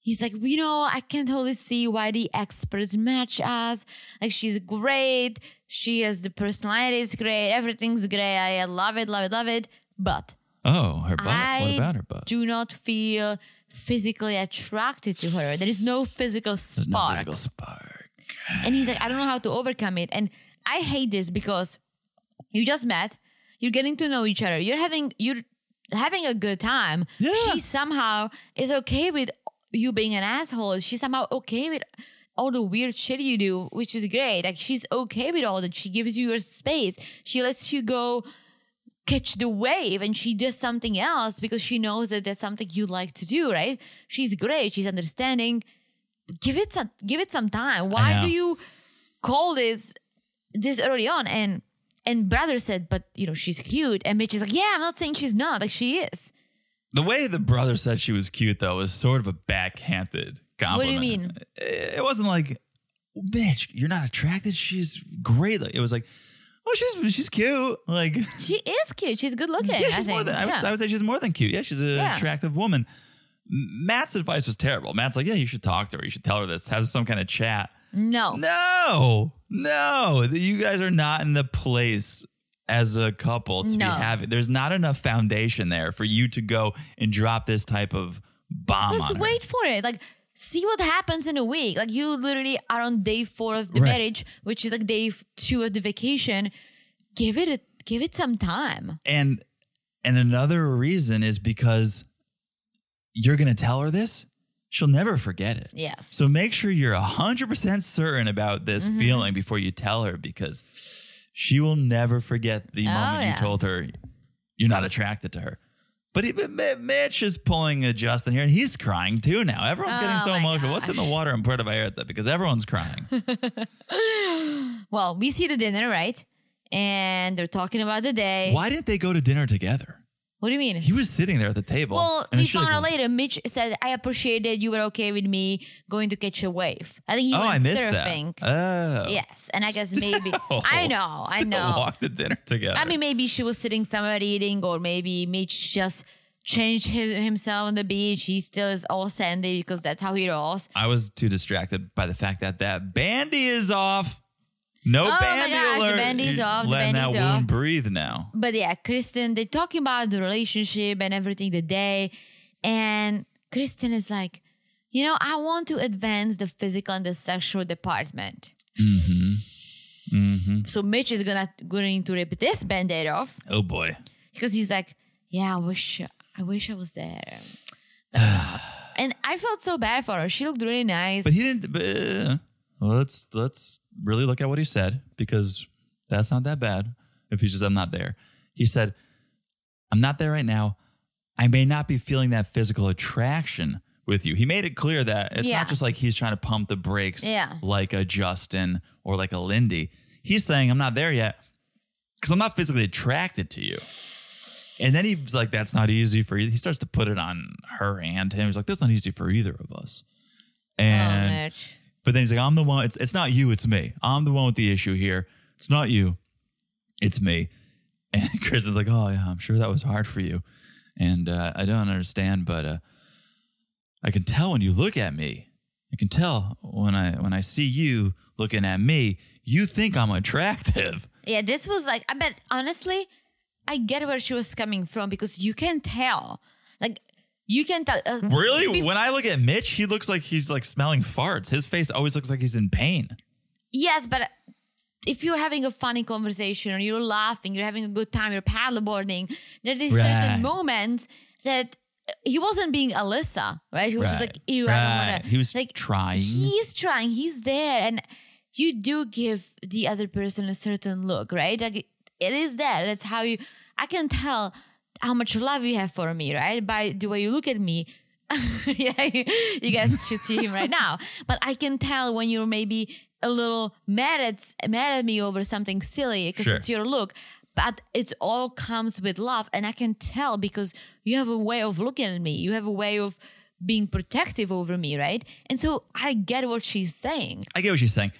Speaker 5: he's like, you know, I can totally see why the experts match us. Like, she's great. She has the personality is great. Everything's great. I love it, love it, love it. But
Speaker 4: oh her butt.
Speaker 5: I
Speaker 4: what about her butt?
Speaker 5: do not feel physically attracted to her. There is no physical
Speaker 4: There's
Speaker 5: spark.
Speaker 4: no physical spark.
Speaker 5: And he's like, I don't know how to overcome it. And I hate this because you just met, you're getting to know each other, you're having you're having a good time.
Speaker 4: Yeah.
Speaker 5: She somehow is okay with you being an asshole. She's somehow okay with all the weird shit you do, which is great. Like she's okay with all that. She gives you your space. She lets you go catch the wave and she does something else because she knows that that's something you like to do, right? She's great. She's understanding. Give it some give it some time. Why do
Speaker 4: know.
Speaker 5: you call this this early on? And and brother said, but you know, she's cute. And Mitch is like, yeah, I'm not saying she's not. Like she is.
Speaker 4: The way the brother said she was cute though was sort of a backhanded
Speaker 5: What do
Speaker 4: compliment.
Speaker 5: you mean?
Speaker 4: It wasn't like, bitch, you're not attracted. She's great. Like, it was like, oh, she's she's cute. Like,
Speaker 5: She is cute. She's good looking.
Speaker 4: yeah,
Speaker 5: I
Speaker 4: she's
Speaker 5: think.
Speaker 4: more than I would,
Speaker 5: yeah.
Speaker 4: I would say she's more than cute. Yeah, she's an
Speaker 5: Yeah.
Speaker 4: attractive woman. M- Matt's advice was terrible. Matt's like, yeah, you should talk to her. You should tell her this. Have some kind of chat.
Speaker 5: no.
Speaker 4: No, no, you guys are not in the place as a couple to be
Speaker 5: No.
Speaker 4: having. There's not enough foundation there for you to go and drop this type of bomb.
Speaker 5: Just
Speaker 4: on her.
Speaker 5: wait for it. Like, see what happens in a week. Like, you literally are on day four of the
Speaker 4: Right.
Speaker 5: marriage, which is like day f- two of the vacation. Give it, a, give it some time.
Speaker 4: and and another reason is because you're gonna tell her this she'll never forget it
Speaker 5: Yes. Mm-hmm.
Speaker 4: so make sure you're 100% certain about this feeling before you tell her because She will never forget the
Speaker 5: Oh,
Speaker 4: moment
Speaker 5: yeah.
Speaker 4: you told her you're not attracted to her. But even Mi- Mitch is pulling a Justin here, and he's crying too now. Everyone's getting
Speaker 5: Oh,
Speaker 4: so
Speaker 5: my
Speaker 4: emotional. What's in the water in Puerto Vallarta? Because everyone's crying.
Speaker 5: Well, we see the dinner, right? And they're talking about the day.
Speaker 4: Why didn't they go to dinner together?
Speaker 5: What do you mean?
Speaker 4: He was sitting there at the table.
Speaker 5: well,
Speaker 4: and
Speaker 5: he
Speaker 4: she's like,
Speaker 5: found out later. Mitch said, "I appreciate that you were okay with me going to catch a wave." I think he
Speaker 4: Oh,
Speaker 5: went
Speaker 4: I missed
Speaker 5: surfing.
Speaker 4: that. Oh,
Speaker 5: Yes, and I guess maybe
Speaker 4: Oh,
Speaker 5: I know, I
Speaker 4: still
Speaker 5: know.
Speaker 4: Walked to dinner together.
Speaker 5: I mean, maybe she was sitting somewhere eating, or maybe Mitch just changed his, himself on the beach. He still is all sandy because that's how he rolls.
Speaker 4: I was too distracted by the fact that that bandy is off. No
Speaker 5: Oh my
Speaker 4: bandy
Speaker 5: gosh, the
Speaker 4: alert.
Speaker 5: bandy's
Speaker 4: You
Speaker 5: off, the
Speaker 4: Letting
Speaker 5: bandy's
Speaker 4: that
Speaker 5: off.
Speaker 4: wound breathe now.
Speaker 5: But yeah, Kristen, they're talking about the relationship and everything the day, and Kristen is like, you know, I want to advance the physical and the sexual department. So Mitch is gonna going to rip this band-aid off.
Speaker 4: Oh boy.
Speaker 5: because he's like, yeah, I wish, I wish I was there. Um, But I'm not. and I felt so bad for her. She looked really nice.
Speaker 4: But he didn't. But, uh, well, let's let's really look at what he said because that's not that bad. If he says I'm not there, he said I'm not there right now. I may not be feeling that physical attraction with you. He made it clear that it's
Speaker 5: Yeah.
Speaker 4: not just like he's trying to pump the brakes,
Speaker 5: Yeah.
Speaker 4: like a Justin or like a Lindy. He's saying I'm not there yet because I'm not physically attracted to you. And then he's like, "That's not easy for you." He starts to put it on her and him. He's like, "That's not easy for either of us."
Speaker 5: oh,
Speaker 4: And
Speaker 5: Mitch.
Speaker 4: but then he's like, I'm the one. It's it's not you. It's me. I'm the one with the issue here. It's not you. It's me. And Chris is like, Oh yeah, I'm sure that was hard for you. And uh, I don't understand, but uh, I can tell when you look at me. I can tell when I when I see you looking at me. You think I'm attractive.
Speaker 5: Yeah, this was like, I bet honestly, I get where she was coming from because you can tell, like, you can tell. uh,
Speaker 4: Really?
Speaker 5: bef-
Speaker 4: when I look at Mitch, he looks like he's like smelling farts. His face always looks like he's in pain.
Speaker 5: yes, but. If you're having a funny conversation or you're laughing, you're having a good time, you're paddleboarding, there are these
Speaker 4: Right.
Speaker 5: certain moments that uh, he wasn't being Alyssa, right? He was just like, ew, I don't
Speaker 4: right.
Speaker 5: want to.
Speaker 4: He was
Speaker 5: like,
Speaker 4: trying.
Speaker 5: he's trying he's there and you do give the other person a certain look right like it is there that's how you i can tell how much love you have for me right by the way you look at me yeah you guys should see him right now but i can tell when you're maybe a little mad at mad at me over something silly because
Speaker 4: Sure.
Speaker 5: it's your look but it all comes with love and i can tell because you have a way of looking at me you have a way of being protective over me right and so i get what she's saying
Speaker 4: I get what she's saying.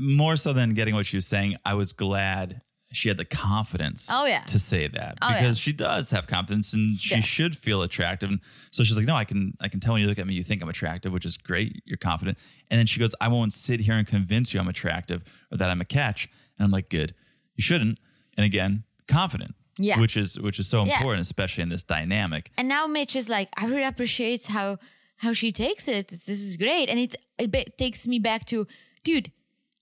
Speaker 4: More so than getting what she was saying, I was glad she had the confidence.
Speaker 5: Oh, yeah.
Speaker 4: to say that
Speaker 5: Oh, yeah.
Speaker 4: because she does have confidence and she
Speaker 5: Yes.
Speaker 4: should feel attractive. And so she's like, no, I can I can tell when you look at me, you think I'm attractive, which is great. You're confident. And then she goes, I won't sit here and convince you I'm attractive or that I'm a catch. And I'm like, good, you shouldn't. And again, confident.
Speaker 5: Yeah.
Speaker 4: which is which is so
Speaker 5: Yeah.
Speaker 4: important, especially in this dynamic.
Speaker 5: and now mitch is like i really appreciate how how she takes it this is great and it's, it ba- takes me back to dude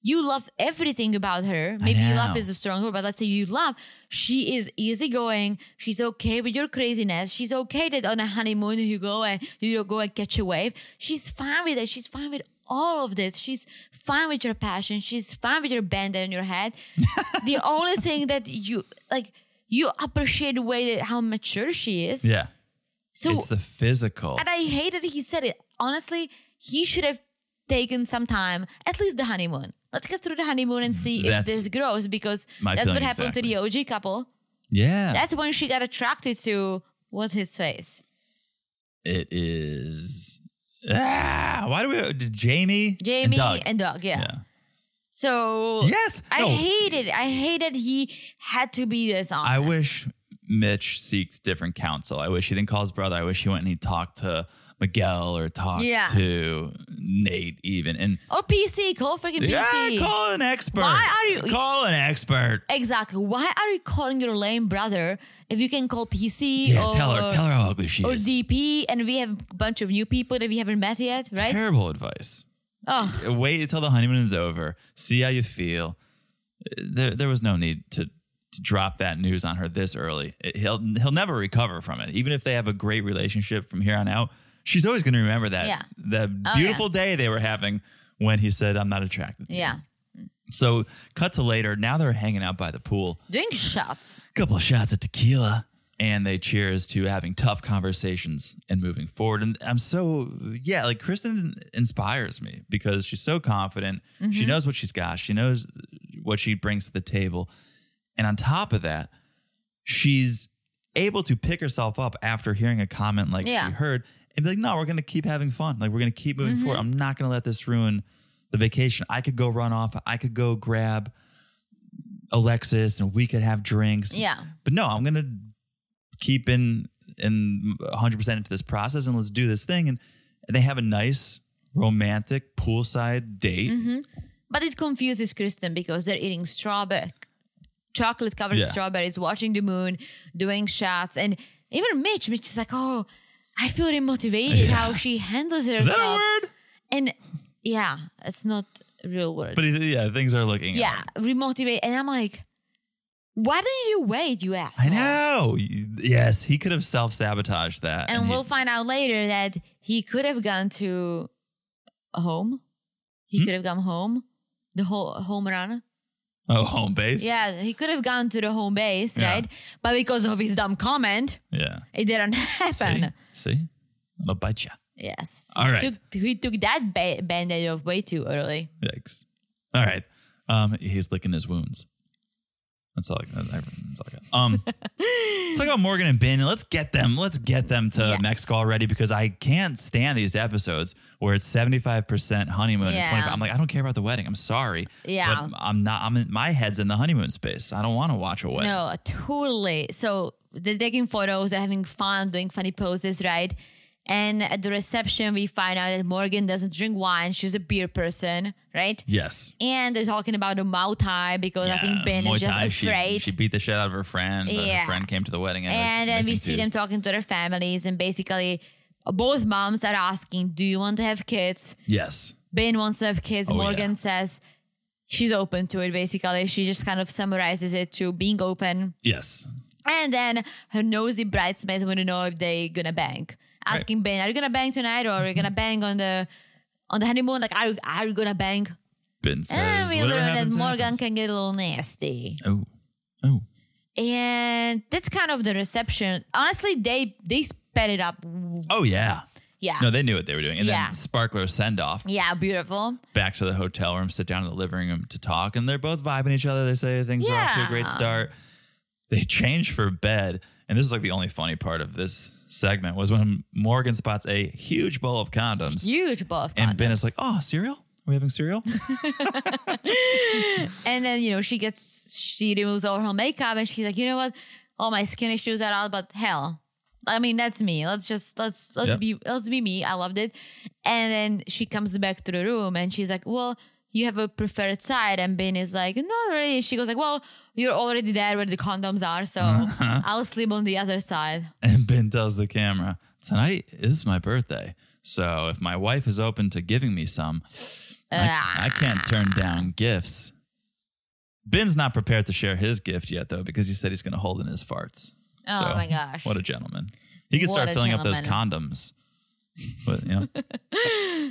Speaker 5: you love everything about her maybe love
Speaker 4: know.
Speaker 5: is a strong word but let's say you love she is easygoing she's okay with your craziness she's okay that on a honeymoon you go and you go and catch a wave she's fine with it she's fine with all of this she's fine with your passion she's fine with your band on your head the only thing that you like you appreciate the way that how mature she is
Speaker 4: Yeah,
Speaker 5: so
Speaker 4: it's the physical.
Speaker 5: and I hate that he said it. Honestly, he should have taken some time, at least the honeymoon. Let's get through the honeymoon and see
Speaker 4: That's
Speaker 5: if this grows because
Speaker 4: my
Speaker 5: that's what
Speaker 4: feeling
Speaker 5: happened to the OG couple.
Speaker 4: yeah,
Speaker 5: That's when she got attracted to what's his face?
Speaker 4: It is. Ah, why do we? Jamie,
Speaker 5: Jamie and
Speaker 4: Doug.
Speaker 5: Doug, yeah. So
Speaker 4: Yes!
Speaker 5: I
Speaker 4: No.
Speaker 5: hate it. I hate that he had to be this honest.
Speaker 4: I wish Mitch seeked different counsel. I wish he didn't call his brother. I wish he went and he talked to Miguel or talked
Speaker 5: Yeah.
Speaker 4: to Nate even. And
Speaker 5: or PC, Oh, call freaking PC.
Speaker 4: yeah, call an expert.
Speaker 5: Why are you-
Speaker 4: call an expert?
Speaker 5: exactly. Why are you calling your lame brother if you can call PC?
Speaker 4: Yeah,
Speaker 5: or,
Speaker 4: tell her. Tell her how ugly she
Speaker 5: or
Speaker 4: is.
Speaker 5: DP, and we have a bunch of new people that we haven't met yet, right?
Speaker 4: Terrible advice.
Speaker 5: oh,
Speaker 4: Wait until the honeymoon is over. See how you feel. There, there was no need to to drop that news on her this early. It- he'll he'll never recover from it. Even if they have a great relationship from here on out, she's always going to remember that
Speaker 5: Yeah.
Speaker 4: that
Speaker 5: Oh, yeah.
Speaker 4: beautiful day they were having when he said, "I'm not attracted." to you."
Speaker 5: yeah.
Speaker 4: So cut to later. Now they're hanging out by the pool.
Speaker 5: Drink shots.
Speaker 4: couple of shots of tequila and they cheers to having tough conversations and moving forward and i'm so yeah like kristen inspires me because she's so confident she knows what she's got she knows what she brings to the table and on top of that she's able to pick herself up after hearing a comment like
Speaker 5: Yeah.
Speaker 4: she heard and be like no we're gonna keep having fun like we're gonna keep moving forward i'm not gonna let this ruin the vacation i could go run off i could go grab alexis and we could have drinks
Speaker 5: Yeah.
Speaker 4: but no, I'm gonna keep in in 100 percent into this process and let's do this thing. And they have a nice romantic poolside date.
Speaker 5: Mm-hmm. But it confuses Kristen because they're eating strawberry, chocolate covered
Speaker 4: Yeah.
Speaker 5: strawberries, watching the moon, doing shots. And even Mitch, Mitch is like, oh, I feel demotivated how she
Speaker 4: Is
Speaker 5: handles
Speaker 4: that
Speaker 5: herself.
Speaker 4: a word?
Speaker 5: And yeah, it's not a real word.
Speaker 4: But it- yeah, things are looking. up.
Speaker 5: yeah, remotivate. And I'm like, why didn't you wait, you ass?
Speaker 4: I know. Yes, he could have self sabotaged that.
Speaker 5: And
Speaker 4: he-
Speaker 5: we'll find out later that he could have gone to a home.
Speaker 4: Hmm?
Speaker 5: He could have gone home. The whole home run.
Speaker 4: oh home base.
Speaker 5: Yeah, he could have gone to the home base,
Speaker 4: Yeah.
Speaker 5: right? But because of his dumb comment,
Speaker 4: yeah.
Speaker 5: it didn't happen.
Speaker 4: See, see, I'll bite you.
Speaker 5: Yes.
Speaker 4: All right.
Speaker 5: He took, he took that ba- band aid off way too early.
Speaker 4: Yikes. All right. Um, he's licking his wounds. That's all. I, that's all I got. Um, let's talk about Morgan and Ben. and Let's get them. Let's get them to
Speaker 5: Yes.
Speaker 4: Mexico already because I can't stand these episodes where it's seventy five percent honeymoon.
Speaker 5: Yeah.
Speaker 4: And 25. I'm like, I don't care about the wedding. I'm sorry.
Speaker 5: Yeah.
Speaker 4: But I'm not. I'm in, my head's in the honeymoon space. I don't want to watch a wedding.
Speaker 5: No, totally. So they're taking photos, they're having fun, doing funny poses, right? And at the reception, we find out that Morgan doesn't drink wine. She's a beer person, right?
Speaker 4: Yes.
Speaker 5: And they're talking about the Muay Thai because I think Ben
Speaker 4: Muay
Speaker 5: is just
Speaker 4: Thai, she-
Speaker 5: afraid.
Speaker 4: She, beat the shit out of her friend. but
Speaker 5: Yeah.
Speaker 4: Her friend came to the wedding and, was
Speaker 5: and then we
Speaker 4: missing
Speaker 5: see
Speaker 4: tooth.
Speaker 5: them talking to their families, and basically, both moms are asking, "Do you want to have kids?"
Speaker 4: yes.
Speaker 5: Ben wants to have kids.
Speaker 4: Oh,
Speaker 5: Morgan
Speaker 4: yeah.
Speaker 5: says she's open to it. Basically, she just kind of summarizes it to being open.
Speaker 4: Yes.
Speaker 5: And then her nosy bridesmaids want to know if they're gonna bang, asking Ben, "Are you gonna bang tonight, or are you
Speaker 4: Mm-hmm.
Speaker 5: gonna bang on the on the honeymoon? Like, are you, are you gonna bang?"
Speaker 4: Ben says.
Speaker 5: and Oh, we
Speaker 4: "Whatever
Speaker 5: learn that
Speaker 4: happens,
Speaker 5: Morgan
Speaker 4: happens."
Speaker 5: can get a little nasty,
Speaker 4: Oh. Oh.
Speaker 5: and that's kind of the reception. Honestly, they they sped it up.
Speaker 4: Oh yeah.
Speaker 5: Yeah,
Speaker 4: No, they knew what they were doing. And
Speaker 5: Yeah.
Speaker 4: then Sparkler send off
Speaker 5: yeah, beautiful.
Speaker 4: back to the hotel room, sit down in the living room to talk, and they're both vibing each other. They say things are off to a great
Speaker 5: Yeah.
Speaker 4: start. They change for bed, and this is like the only funny part of this segment was when Morgan spots a huge bowl of condoms,
Speaker 5: Huge buff.
Speaker 4: and Ben is like, "Oh, cereal? Are we having cereal?"
Speaker 5: And then, you know, she gets, she removes all her makeup and she's like, you know what? All my skin issues are out, but hell. I mean, that's me. Let's just, let's, let's
Speaker 4: Yep.
Speaker 5: be, let's be me. I loved it. And then she comes back to the room and she's like, well, you have a preferred side. And Ben is like, not really. She goes like, well, you're already there where the condoms are. So I'll sleep on the other side.
Speaker 4: and Ben tells the camera, "Tonight is my birthday, so if my wife is open to giving me some,
Speaker 5: Ah.
Speaker 4: I, I can't turn down gifts." Ben's not prepared to share his gift yet, though, because he said he's going to hold in his farts.
Speaker 5: Oh my gosh.
Speaker 4: What a gentleman! He can
Speaker 5: What
Speaker 4: start
Speaker 5: a
Speaker 4: filling up those condoms. But you know,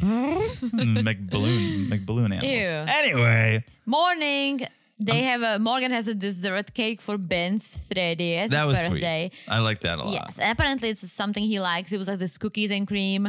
Speaker 4: Mm, make balloon, make balloon animals.
Speaker 5: Ew.
Speaker 4: Anyway,
Speaker 5: Morning.
Speaker 4: Um,
Speaker 5: They have a, Morgan has a dessert cake for Ben's 30th
Speaker 4: that was
Speaker 5: birthday.
Speaker 4: sweet. I like that a lot.
Speaker 5: Yes, and apparently it's something he likes. It was like this cookies and cream.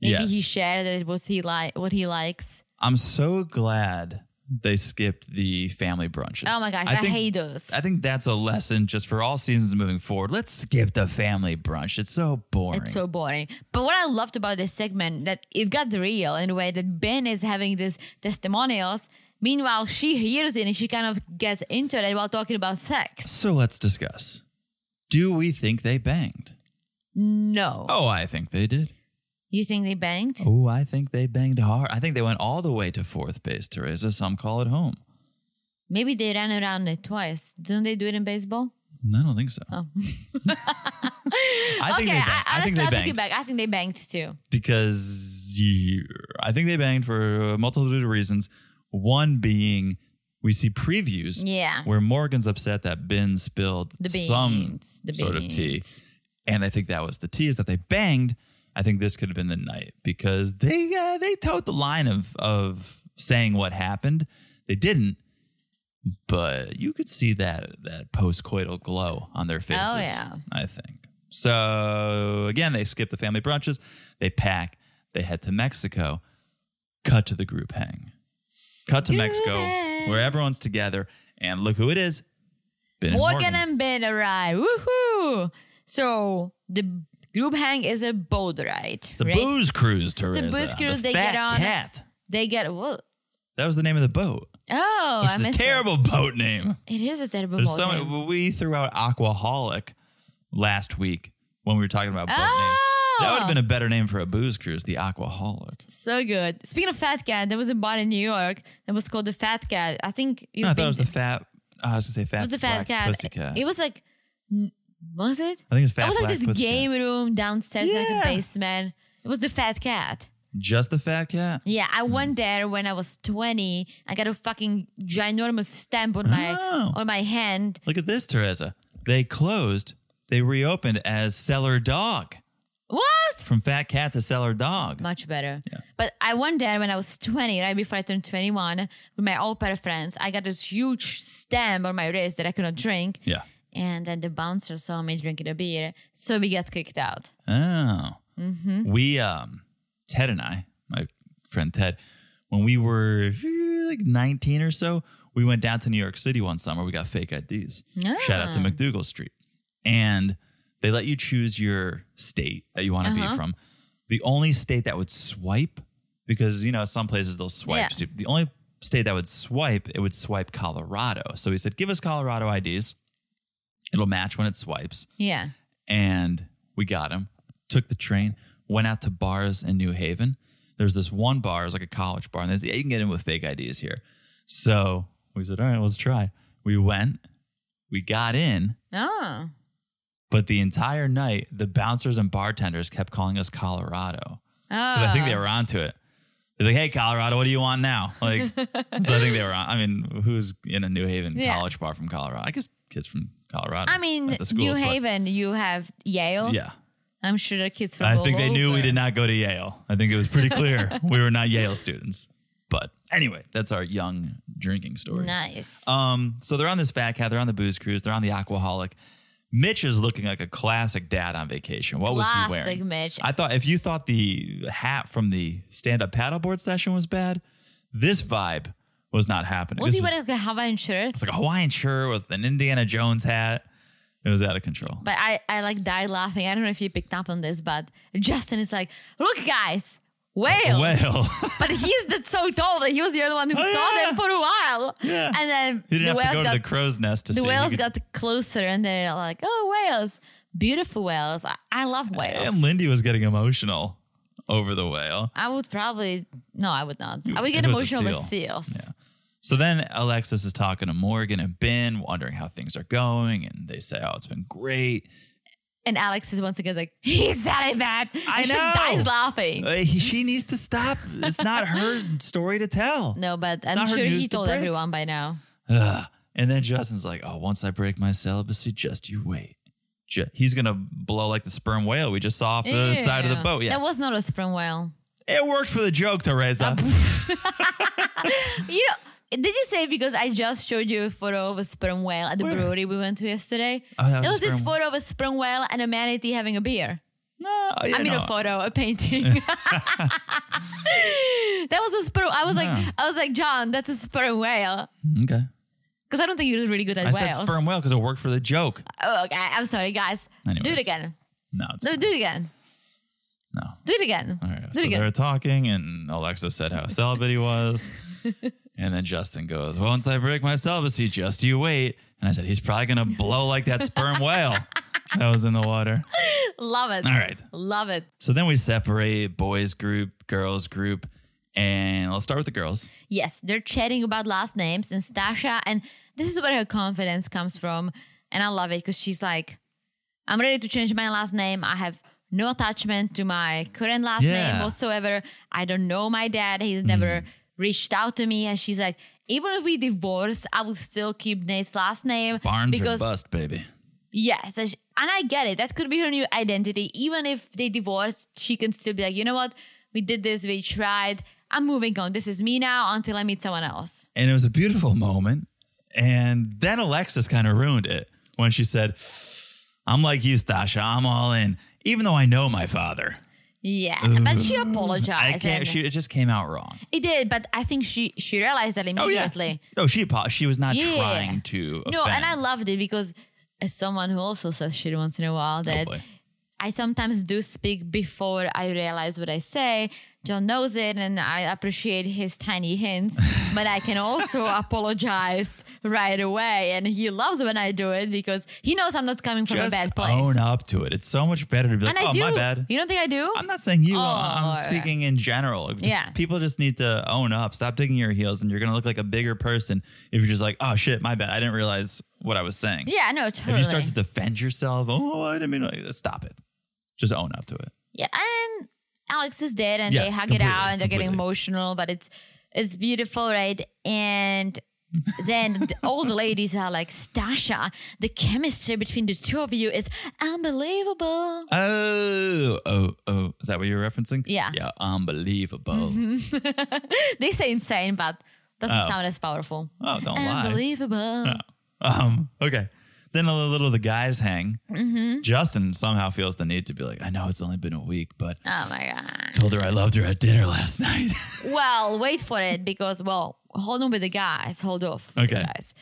Speaker 5: Maybe
Speaker 4: Yes.
Speaker 5: he shared that it was he like what he likes.
Speaker 4: I'm so glad they skipped the family brunches.
Speaker 5: Oh my gosh, I, hate those.
Speaker 4: I think that's a lesson just for all seasons moving forward. Let's skip the family brunch. It's so boring.
Speaker 5: it's so boring. But what I loved about this segment that it got real in a way that Ben is having these testimonials. Meanwhile, she hears it and she kind of gets into it while talking about sex.
Speaker 4: So let's discuss. Do we think they banged?
Speaker 5: No,
Speaker 4: Oh, I think they did.
Speaker 5: you think they banged?
Speaker 4: Oh, I think they banged hard. I think they went all the way to fourth base, Teresa. Some call it home.
Speaker 5: Maybe they ran around it twice. Don't they do it in baseball?
Speaker 4: I don't think so. I think
Speaker 5: Oh. okay,
Speaker 4: they banged. I, think
Speaker 5: honestly,
Speaker 4: they
Speaker 5: I took
Speaker 4: banged
Speaker 5: it back. I think they banged too.
Speaker 4: because you, I think they banged for a multitude of reasons. One being we see previews
Speaker 5: Yeah.
Speaker 4: where Morgan's upset that Ben spilled
Speaker 5: The beans,
Speaker 4: some
Speaker 5: the
Speaker 4: sort of tea.
Speaker 5: beans.
Speaker 4: And I think that was the tea is that they banged. I think this could have been the night because they uh, they towed the line of of saying what happened. They didn't, but you could see that that postcoital glow on their faces.
Speaker 5: Oh, yeah.
Speaker 4: I think. So again, they skip the family brunches. They pack. They head to Mexico. Cut to the group hang. Cut to
Speaker 5: Group
Speaker 4: Mexico,
Speaker 5: hang.
Speaker 4: where everyone's together, and look who it is. Ben and
Speaker 5: Morgan and Ben arrive. Woohoo! So the group hang is a boat ride.
Speaker 4: It's a
Speaker 5: right?
Speaker 4: booze cruise, Teresa.
Speaker 5: booze
Speaker 4: The
Speaker 5: cruise they
Speaker 4: fat
Speaker 5: get on.
Speaker 4: Cat.
Speaker 5: They get well.
Speaker 4: That was the name of the boat.
Speaker 5: Oh, I
Speaker 4: It's a
Speaker 5: missed
Speaker 4: terrible boat name.
Speaker 5: It. it is a terrible
Speaker 4: There's
Speaker 5: boat.
Speaker 4: so
Speaker 5: name.
Speaker 4: many, we threw out Aquaholic last week when we were talking about boat names.
Speaker 5: Oh,
Speaker 4: That would have been a better name for a booze cruise, the Aquaholic.
Speaker 5: so good. Speaking of Fat Cat, there was a bar in New York that was called the Fat Cat. I think you
Speaker 4: No, I thought it was the fat. oh, I was gonna say fat.
Speaker 5: it was the Fat
Speaker 4: black
Speaker 5: Cat.
Speaker 4: pussycat.
Speaker 5: It was like, was it?
Speaker 4: I think it's
Speaker 5: It
Speaker 4: fat.
Speaker 5: was like
Speaker 4: black
Speaker 5: this
Speaker 4: pussycat.
Speaker 5: game room downstairs, like
Speaker 4: Yeah.
Speaker 5: a basement. It was the Fat Cat.
Speaker 4: Just the fat cat.
Speaker 5: Yeah, I
Speaker 4: Mm.
Speaker 5: went there when I was 20. I got a fucking ginormous stamp on my
Speaker 4: Oh.
Speaker 5: on my hand.
Speaker 4: Look at this, Teresa. They closed. They reopened as Cellar Dog
Speaker 5: What?
Speaker 4: from Fat Cat to Cellar Dog.
Speaker 5: Much better. But I went there when I was 20, right before I turned 21, with my old pair of friends. I got this huge stamp on my wrist that I could not drink.
Speaker 4: yeah.
Speaker 5: And then the bouncer saw me drinking a beer, so we got kicked out.
Speaker 4: Oh.
Speaker 5: Mm-hmm.
Speaker 4: We um Ted and I, my friend Ted, when we were eh, like 19 or so, we went down to New York City one summer. We got fake IDs. Shout out to
Speaker 5: Ah.
Speaker 4: McDougal Street. And they let you choose your state that you want to be
Speaker 5: Uh-huh.
Speaker 4: from. The only state that would swipe, because you know, some places they'll swipe.
Speaker 5: Yeah.
Speaker 4: So the only state that would swipe, it would swipe Colorado. So he said, give us Colorado IDs. It'll match when it swipes
Speaker 5: Yeah.
Speaker 4: and we got him. Took the train, went out to bars in New Haven. There's this one bar, it's like a college bar, and they said, yeah, you can get in with fake IDs here. So we said, all right, let's try. We went, we got in,
Speaker 5: Oh.
Speaker 4: but the entire night, the bouncers and bartenders kept calling us Colorado
Speaker 5: Oh.
Speaker 4: because I think they were onto it. They're like, "Hey, Colorado, what do you want now?" Like, so I think they were on. I mean, who's in a New Haven
Speaker 5: Yeah.
Speaker 4: college bar from Colorado? I guess kids from Colorado.
Speaker 5: I mean,
Speaker 4: at the
Speaker 5: New
Speaker 4: schools, but-
Speaker 5: Haven, you have Yale.
Speaker 4: Yeah,
Speaker 5: I'm sure the kids from
Speaker 4: I think
Speaker 5: all
Speaker 4: they knew we
Speaker 5: over.
Speaker 4: did not go to Yale. I think it was pretty clear we were not Yale students. But anyway, that's our young drinking story.
Speaker 5: Nice.
Speaker 4: Um, so they're on this fat cat, they're on the booze cruise, they're on the aquaholic. Mitch is looking like a classic dad on vacation. What
Speaker 5: Classic
Speaker 4: was he wearing?
Speaker 5: Mitch.
Speaker 4: I thought if you thought the hat from the stand-up paddleboard session was bad, this vibe was not happening.
Speaker 5: was
Speaker 4: This
Speaker 5: he wearing like a Hawaiian shirt?
Speaker 4: it's like a Hawaiian shirt with an Indiana Jones hat. It was out of control.
Speaker 5: But I, I like died laughing. I don't know if you picked up on this, but Justin is like, look, guys, whales.
Speaker 4: Well,
Speaker 5: But he's that so tall that he was the only one who
Speaker 4: Oh,
Speaker 5: saw
Speaker 4: yeah.
Speaker 5: them for a while.
Speaker 4: Yeah.
Speaker 5: And then
Speaker 4: you didn't
Speaker 5: the
Speaker 4: have to go
Speaker 5: whales got
Speaker 4: to the crow's nest to see.
Speaker 5: the
Speaker 4: You
Speaker 5: whales
Speaker 4: could-
Speaker 5: got closer, and they're like, oh, whales, beautiful whales. I, I love whales.
Speaker 4: And Lindy was getting emotional over the whale.
Speaker 5: I would probably no, I would not. I would
Speaker 4: If
Speaker 5: get
Speaker 4: it was a
Speaker 5: emotional with
Speaker 4: seal.
Speaker 5: seals.
Speaker 4: Yeah. So then Alexis is talking to Morgan and Ben, wondering how things are going. And they say, Oh, it's been great.
Speaker 5: And Alex is once again like, he said it bad.
Speaker 4: I
Speaker 5: and She
Speaker 4: know.
Speaker 5: dies laughing.
Speaker 4: Uh, he- she needs to stop. It's not her story to tell.
Speaker 5: no, but
Speaker 4: not
Speaker 5: I'm
Speaker 4: her
Speaker 5: sure he
Speaker 4: news to
Speaker 5: told
Speaker 4: break.
Speaker 5: everyone by now.
Speaker 4: Ugh. And then Justin's like, Oh, once I break my celibacy, just you wait. Ju- He's going to blow like the sperm whale we just saw off the other side of the
Speaker 5: Ew.
Speaker 4: boat. Yeah.
Speaker 5: That was not a sperm whale.
Speaker 4: it worked for the joke, Teresa.
Speaker 5: You know, did you say because I just showed you a photo of a sperm whale at the
Speaker 4: Where?
Speaker 5: brewery we went to yesterday?
Speaker 4: Oh, that was
Speaker 5: there
Speaker 4: a
Speaker 5: was this
Speaker 4: sperm-
Speaker 5: photo of a sperm whale and a manatee having a beer.
Speaker 4: no, yeah,
Speaker 5: I mean,
Speaker 4: no.
Speaker 5: a photo, a painting. that was a sperm. I was
Speaker 4: No.
Speaker 5: like, I was like, John, that's a sperm whale.
Speaker 4: Okay.
Speaker 5: Because I don't think you're really good at
Speaker 4: I
Speaker 5: whales.
Speaker 4: said sperm whale because it worked for the joke.
Speaker 5: Oh, okay. I'm sorry, guys. Do
Speaker 4: Anyways.
Speaker 5: it again.
Speaker 4: No, it's
Speaker 5: No, do it again.
Speaker 4: no.
Speaker 5: Do it again.
Speaker 4: All right.
Speaker 5: do
Speaker 4: So
Speaker 5: it again.
Speaker 4: they were talking, and Alexa said how celibate he was. and then Justin goes, Once I break my celibacy, just you wait. And I said, He's probably going to blow like that sperm whale that was in the water.
Speaker 5: Love it.
Speaker 4: All right.
Speaker 5: Love it.
Speaker 4: So then we separate boys group, girls group, and let's start with the girls.
Speaker 5: Yes, they're chatting about last names and Stasha, and this is where her confidence comes from. And I love it because she's like, I'm ready to change my last name. I have no attachment to my current last
Speaker 4: Yeah. Mm.
Speaker 5: name whatsoever. I don't know my dad. He's never reached out to me. And she's like, even if we divorce, I will still keep Nate's last name.
Speaker 4: Barnes
Speaker 5: because
Speaker 4: or bust, baby.
Speaker 5: Yes, and, sh and I get it. That could be her new identity. Even if they divorce, she can still be like, you know what? We did this. We tried. I'm moving on. This is me now until I meet someone else.
Speaker 4: And it was a beautiful moment. And then Alexis kind of ruined it when she said, I'm like you, Stasha. I'm all in, even though I know my father.
Speaker 5: Yeah, but she apologized.
Speaker 4: Mm. I can't.
Speaker 5: and-
Speaker 4: She, it just came out wrong.
Speaker 5: it did, but I think she she realized
Speaker 4: Oh,
Speaker 5: that immediately.
Speaker 4: No, she apo- she was not
Speaker 5: Yeah.
Speaker 4: trying to.
Speaker 5: No,
Speaker 4: offend.
Speaker 5: and I loved it because as someone who also says shit once in a while,
Speaker 4: Oh,
Speaker 5: that
Speaker 4: boy.
Speaker 5: I sometimes do speak before I realize what I say. John knows it, and I appreciate his tiny hints. but I can also apologize right away, and he loves when I do it because he knows I'm not coming from
Speaker 4: just
Speaker 5: a bad place.
Speaker 4: own up to it. It's so much better to be like,
Speaker 5: And I
Speaker 4: oh,
Speaker 5: do.
Speaker 4: my bad.
Speaker 5: You don't think I do?
Speaker 4: I'm not saying you.
Speaker 5: Oh,
Speaker 4: I'm
Speaker 5: yeah.
Speaker 4: speaking in general. Just-
Speaker 5: Yeah.
Speaker 4: People just need to own up. Stop digging your heels, and you're gonna look like a bigger person if you're just like, oh shit, my bad. I didn't realize what I was saying.
Speaker 5: yeah, no, totally.
Speaker 4: If you start to defend yourself, oh, I didn't mean like that. Stop it. Just own up to it.
Speaker 5: Yeah, and Alex is dead, and they
Speaker 4: Yes,
Speaker 5: hug it out,
Speaker 4: completely,
Speaker 5: and they're getting
Speaker 4: completely.
Speaker 5: emotional, but it's it's beautiful, right? And then the- all the ladies are like, Stasha, the chemistry between the two of you is unbelievable.
Speaker 4: Oh, oh, oh. Is that what you're referencing?
Speaker 5: Yeah. Mm-hmm.
Speaker 4: Yeah. Unbelievable.
Speaker 5: They say insane, but doesn't
Speaker 4: Oh.
Speaker 5: sound as powerful.
Speaker 4: Oh, don't lie.
Speaker 5: unbelievable.
Speaker 4: Um, okay. Then a little of the guys hang.
Speaker 5: Mm-hmm.
Speaker 4: Justin somehow feels the need to be like, I know it's only been a week, but
Speaker 5: Oh my god.
Speaker 4: told her I loved her at dinner last night.
Speaker 5: Well, wait for it because well, hold on with the guys. Hold off. with the
Speaker 4: Okay.
Speaker 5: guys.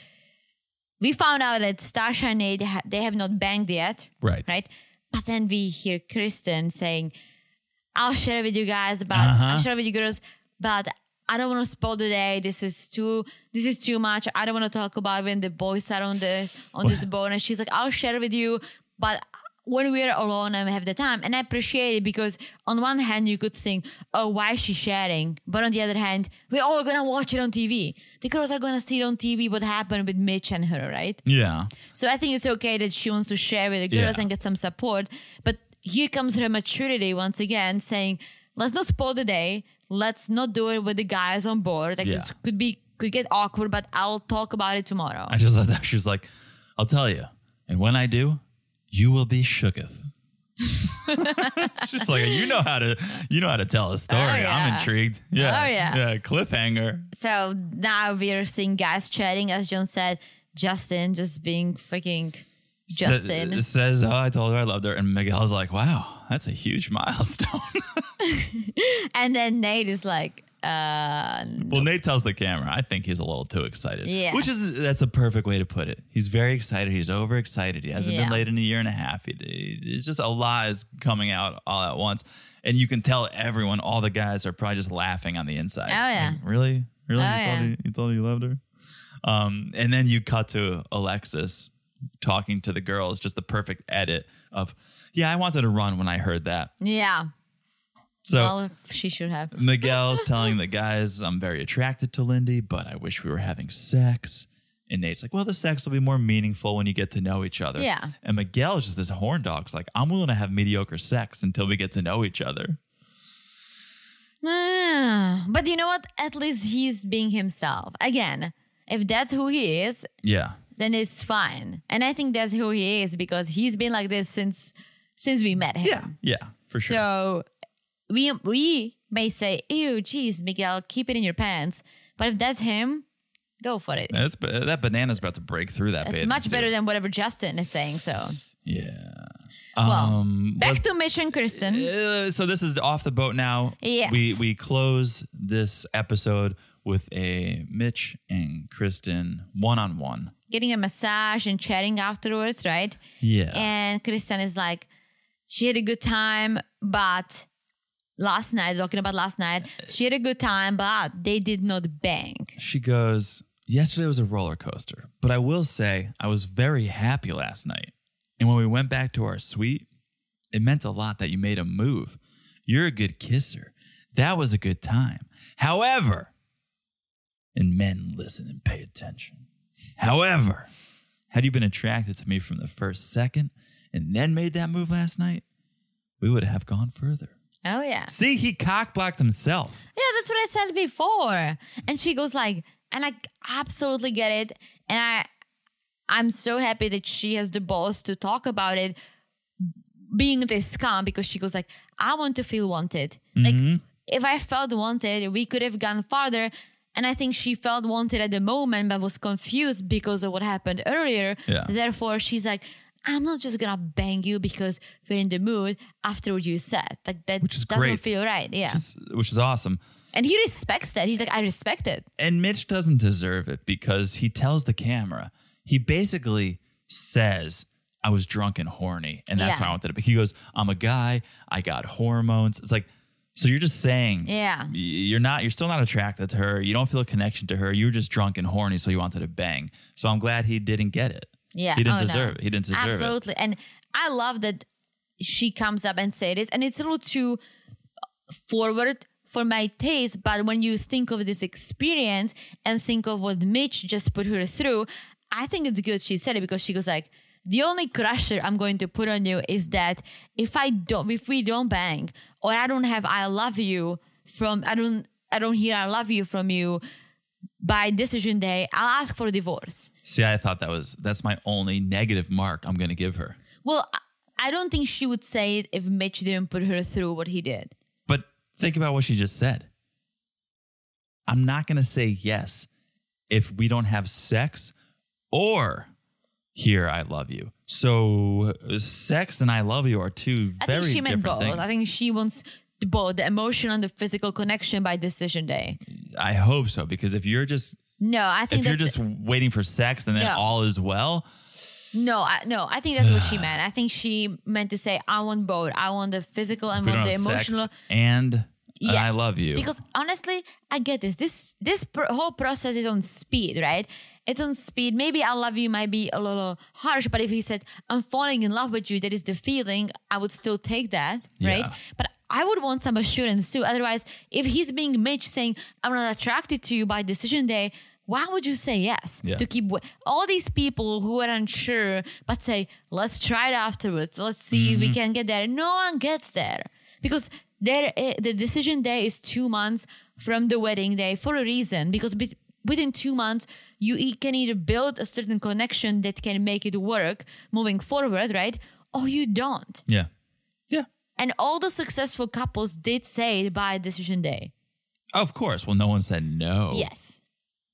Speaker 5: We found out that Stasha and Nate ha- they have not banged yet.
Speaker 4: Right.
Speaker 5: Right. But then we hear Kristen saying, "I'll share with you guys, but I'll share with you girls, but I don't want to spoil the day. This is too. This is too much. I don't want to talk about when the boys are on the on this boat." And she's like, "I'll share with you, but." When we're alone and we have the time, and I appreciate it because on one hand you could think, "Oh, why is she sharing?" But on the other hand, we're all gonna watch it on TV. The girls are gonna see it on TV what happened with Mitch and her, right?
Speaker 4: yeah.
Speaker 5: So I think it's okay that she wants to share with the girls
Speaker 4: Yeah.
Speaker 5: and get some support. But here comes her maturity once again, saying, "Let's not spoil the day. Let's not do it with the guys on board. Like
Speaker 4: Yeah.
Speaker 5: it could be could get awkward, but I'll talk about it tomorrow."
Speaker 4: I just love that. She was like, I'll tell you. And when I do, you will be shooketh. She's like, you know how to you know how to tell a story. I'm
Speaker 5: Oh, yeah.
Speaker 4: intrigued. Yeah.
Speaker 5: Oh, yeah.
Speaker 4: Yeah. Cliffhanger.
Speaker 5: so now we're seeing guys chatting, as John said, Justin just being freaking
Speaker 4: Sa-
Speaker 5: Justin.
Speaker 4: says, Oh, I told her I loved her. And Miguel's like, Wow, that's a huge milestone.
Speaker 5: and then Nate is like, uh,
Speaker 4: well, Nate tells the camera, I think he's a little too excited.
Speaker 5: Yeah.
Speaker 4: Which is, that's a perfect way to put it. He's very excited. He's overexcited. He hasn't
Speaker 5: Yeah.
Speaker 4: been laid in a year and a half. He, it's just a lot is coming out all at once. And you can tell everyone, all the guys are probably just laughing on the inside. Oh,
Speaker 5: yeah.
Speaker 4: really? Really? you,
Speaker 5: Oh, yeah.
Speaker 4: told her, you told her you loved her? Um, and then you cut to Alexis talking to the girls, just the perfect edit of, yeah, I wanted to run when I heard that.
Speaker 5: yeah.
Speaker 4: So
Speaker 5: well, she should have.
Speaker 4: Miguel's telling the guys, I'm very attracted to Lindy, but I wish we were having sex. And Nate's like, well, the sex will be more meaningful when you get to know each other.
Speaker 5: Yeah.
Speaker 4: And Miguel's just this horn dog's like, I'm willing to have mediocre sex until we get to know each other.
Speaker 5: Ah, but you know what? At least he's being himself. Again, if that's who he is,
Speaker 4: Yeah.
Speaker 5: then it's fine. And I think that's who he is because he's been like this since since we met him.
Speaker 4: Yeah. Yeah. For sure.
Speaker 5: So we we may say, "Ew, geez, Miguel, keep it in your pants." But if that's him, go for it.
Speaker 4: That's, that banana's about to break through that
Speaker 5: It's
Speaker 4: beta,
Speaker 5: much
Speaker 4: too.
Speaker 5: better than whatever Justin is saying. So,
Speaker 4: Yeah.
Speaker 5: well,
Speaker 4: Um,
Speaker 5: back
Speaker 4: let's-
Speaker 5: to Mission Kristen.
Speaker 4: Uh, so this is off the boat now.
Speaker 5: Yes.
Speaker 4: We we close this episode with a Mitch and Kristen one on one.
Speaker 5: getting a massage and chatting afterwards, right?
Speaker 4: Yeah.
Speaker 5: And Kristen is like, she had a good time, but last night, talking about last night, she had a good time, but they did not bang.
Speaker 4: she goes, Yesterday was a roller coaster, but I will say I was very happy last night. And when we went back to our suite, it meant a lot that you made a move. You're a good kisser. That was a good time. However, and men listen and pay attention. However, had you been attracted to me from the first second and then made that move last night, we would have gone further.
Speaker 5: Oh yeah,
Speaker 4: See, he cock blocked himself.
Speaker 5: yeah, that's what I said before. And she goes like, and I absolutely get it, and I, I'm so happy that she has the balls to talk about
Speaker 4: Mm-hmm.
Speaker 5: it, being this calm because she goes like, I want to feel wanted, like. if I felt wanted, we could have gone farther. And I think she felt wanted at the moment, but was confused because of what happened earlier.
Speaker 4: Yeah.
Speaker 5: Therefore, she's like, I'm not just gonna bang you because we're in the mood after what you said. Like that
Speaker 4: Which is
Speaker 5: doesn't
Speaker 4: great.
Speaker 5: feel right. Yeah.
Speaker 4: which is, which is awesome.
Speaker 5: and he respects that. He's like, I respect it.
Speaker 4: And Mitch doesn't deserve it because he tells the camera, he basically says, I was drunk and horny. And that's
Speaker 5: Yeah.
Speaker 4: how I wanted it. But he goes, I'm a guy. I got hormones. It's like, so you're just saying,
Speaker 5: Yeah.
Speaker 4: y- you're not, you're still not attracted to her. You don't feel a connection to her. You were just drunk and horny. So you wanted to bang. So I'm glad he didn't get it.
Speaker 5: Yeah.
Speaker 4: He didn't
Speaker 5: Oh, no.
Speaker 4: deserve it. He didn't deserve it.
Speaker 5: Absolutely. And I love that she comes up and say this. And it's a little too forward for my taste, but when you think of this experience and think of what Mitch just put her through, I think it's good she said it because she goes like, the only crusher I'm going to put on you is that if I don't if we don't bang or I don't have I love you from I don't I don't hear I love you from you by decision day, I'll ask for a divorce.
Speaker 4: See, I thought that was, that's my only negative mark I'm going to give her.
Speaker 5: Well, I- I don't think she would say it if Mitch didn't put her through what he did.
Speaker 4: But think about what she just said. I'm not going to say yes if we don't have sex or here I love you. So uh, sex and I love you are two
Speaker 5: I
Speaker 4: very
Speaker 5: think she meant
Speaker 4: different
Speaker 5: both.
Speaker 4: things.
Speaker 5: I think she wants the both the emotional and the physical connection by decision day.
Speaker 4: I hope so because if you're just
Speaker 5: No, I think
Speaker 4: if you're
Speaker 5: that's
Speaker 4: just waiting for sex and then
Speaker 5: No.
Speaker 4: all is well,
Speaker 5: no, I, no. I think that's what she meant. I think she meant to say, "I want both. I want the physical and
Speaker 4: if we
Speaker 5: want
Speaker 4: don't
Speaker 5: the
Speaker 4: have
Speaker 5: emotional."
Speaker 4: sex and, and I
Speaker 5: Yes.
Speaker 4: love you.
Speaker 5: Because honestly, I get this. This this pr- whole process is on speed, right? It's on speed. Maybe I love you might be a little harsh, but if he said I'm falling in love with you, that is the feeling. I would still take that, right?
Speaker 4: Yeah.
Speaker 5: But I would want some assurance too. Otherwise, if he's being Mitch saying I'm not attracted to you by decision day. Why would you say yes
Speaker 4: Yeah.
Speaker 5: to keep wa- all these people who are unsure but say let's try it afterwards let's see if we can get there no one gets there because there eh, the decision day is two months from the wedding day for a reason because be- within two months you e- can either build a certain connection that can make it work moving forward right or you don't
Speaker 4: yeah. Yeah.
Speaker 5: and all the successful couples did say by decision day
Speaker 4: Of course. Well, no one said no.
Speaker 5: yes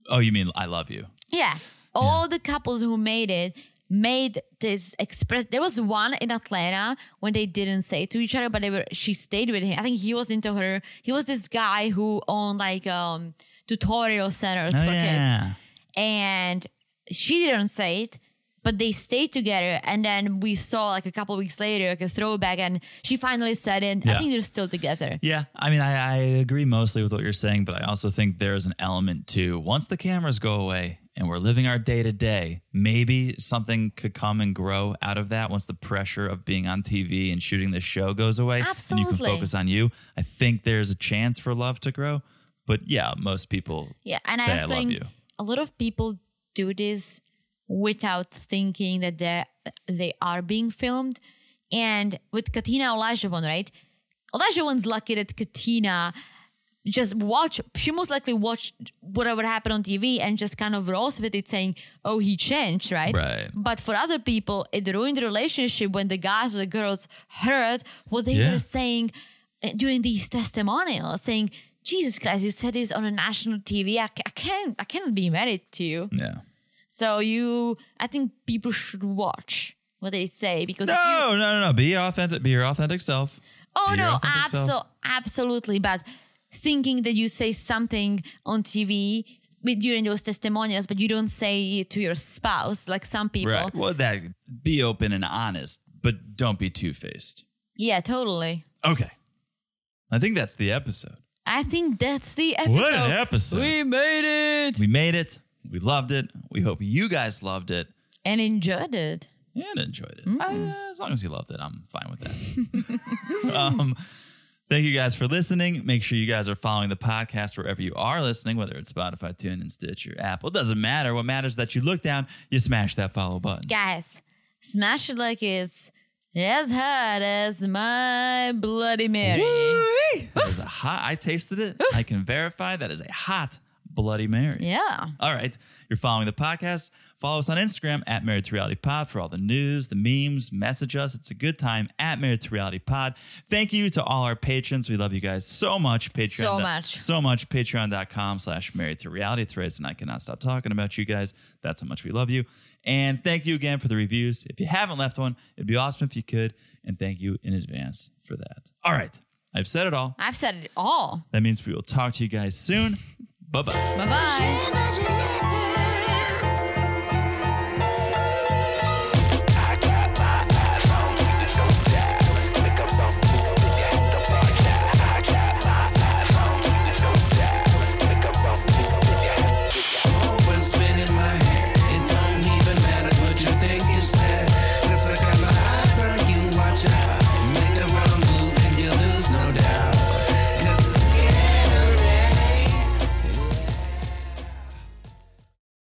Speaker 4: Oh, you mean I love you.
Speaker 5: Yeah. All the couples who made it made this express there was one in Atlanta when they didn't say it to each other, but they were she stayed with him. I think he was into her. He was this guy who owned like um tutorial centers
Speaker 4: Oh,
Speaker 5: for kids.
Speaker 4: yeah.
Speaker 5: And she didn't say it, but they stayed together and then we saw like a couple weeks later like a throwback and she finally said it. I
Speaker 4: Yeah.
Speaker 5: think they're still together.
Speaker 4: Yeah, I mean, I, I agree mostly with what you're saying, but I also think there's an element to once the cameras go away and we're living our day to day, maybe something could come and grow out of that once the pressure of being on TV and shooting this show goes away. And you
Speaker 5: Absolutely.
Speaker 4: can focus on you. I think there's a chance for love to grow. But yeah, most people
Speaker 5: Yeah, and
Speaker 4: say
Speaker 5: I
Speaker 4: I
Speaker 5: also
Speaker 4: love
Speaker 5: think
Speaker 4: you.
Speaker 5: a lot of people do this without thinking that they they are being filmed. And with Katina Olajuwon, right? Olajuwon's lucky that Katina just watch. She most likely watched whatever happened on TV and just kind of rolls with it, saying, "Oh, he changed," right?
Speaker 4: Right.
Speaker 5: But for other people, it ruined the relationship when the guys or the girls heard what they
Speaker 4: Yeah.
Speaker 5: were saying uh, during these testimonials, saying, "Jesus Christ, you said this on a national TV. I, ca- I can't, I cannot be married to you."
Speaker 4: Yeah.
Speaker 5: So you, I think people should watch what they say because if you-
Speaker 4: No, no, no, no. Be authentic. Be your authentic self.
Speaker 5: Oh
Speaker 4: Be your
Speaker 5: no,
Speaker 4: authentic self.
Speaker 5: absolutely, absolutely. But thinking that you say something on TV with, during those testimonials, but you don't say it to your spouse, like some people.
Speaker 4: Right. Well, that be open and honest, but don't be two faced.
Speaker 5: Yeah, totally.
Speaker 4: Okay. I think that's the episode.
Speaker 5: I think that's the episode.
Speaker 4: What an episode.
Speaker 5: We made it
Speaker 4: We made it. We loved it. We hope you guys loved it
Speaker 5: and enjoyed it.
Speaker 4: and enjoyed it.
Speaker 5: Mm-hmm.
Speaker 4: I- uh, as long as you loved it, I'm fine with that. um, thank you guys for listening. Make sure you guys are following the podcast wherever you are listening, whether it's Spotify, TuneIn, Stitcher, Apple. It doesn't matter. What matters is that you look down, you smash that follow button.
Speaker 5: Guys, smash it like it's as hot as my Bloody Mary.
Speaker 4: Woo-wee! That is a hot. I tasted it. I can verify that is a hot Bloody Mary.
Speaker 5: Yeah.
Speaker 4: All right. You're following the podcast. Follow us on Instagram at Married to Reality Pod for all the news, the memes, message us. It's a good time at Married to Reality Pod. Thank you to all our patrons. We love you guys so much. Patreon.
Speaker 5: So much.
Speaker 4: So much. Patreon.com slash married to reality. It's the reason I cannot stop talking about you guys. That's how much we love you. And thank you again for the reviews. If you haven't left one, it'd be awesome if you could. And thank you in advance for that. All right. I've said it all.
Speaker 5: I've said it all.
Speaker 4: That means we will talk to you guys soon. Bye bye.
Speaker 5: Bye bye.
Speaker 3: Imagine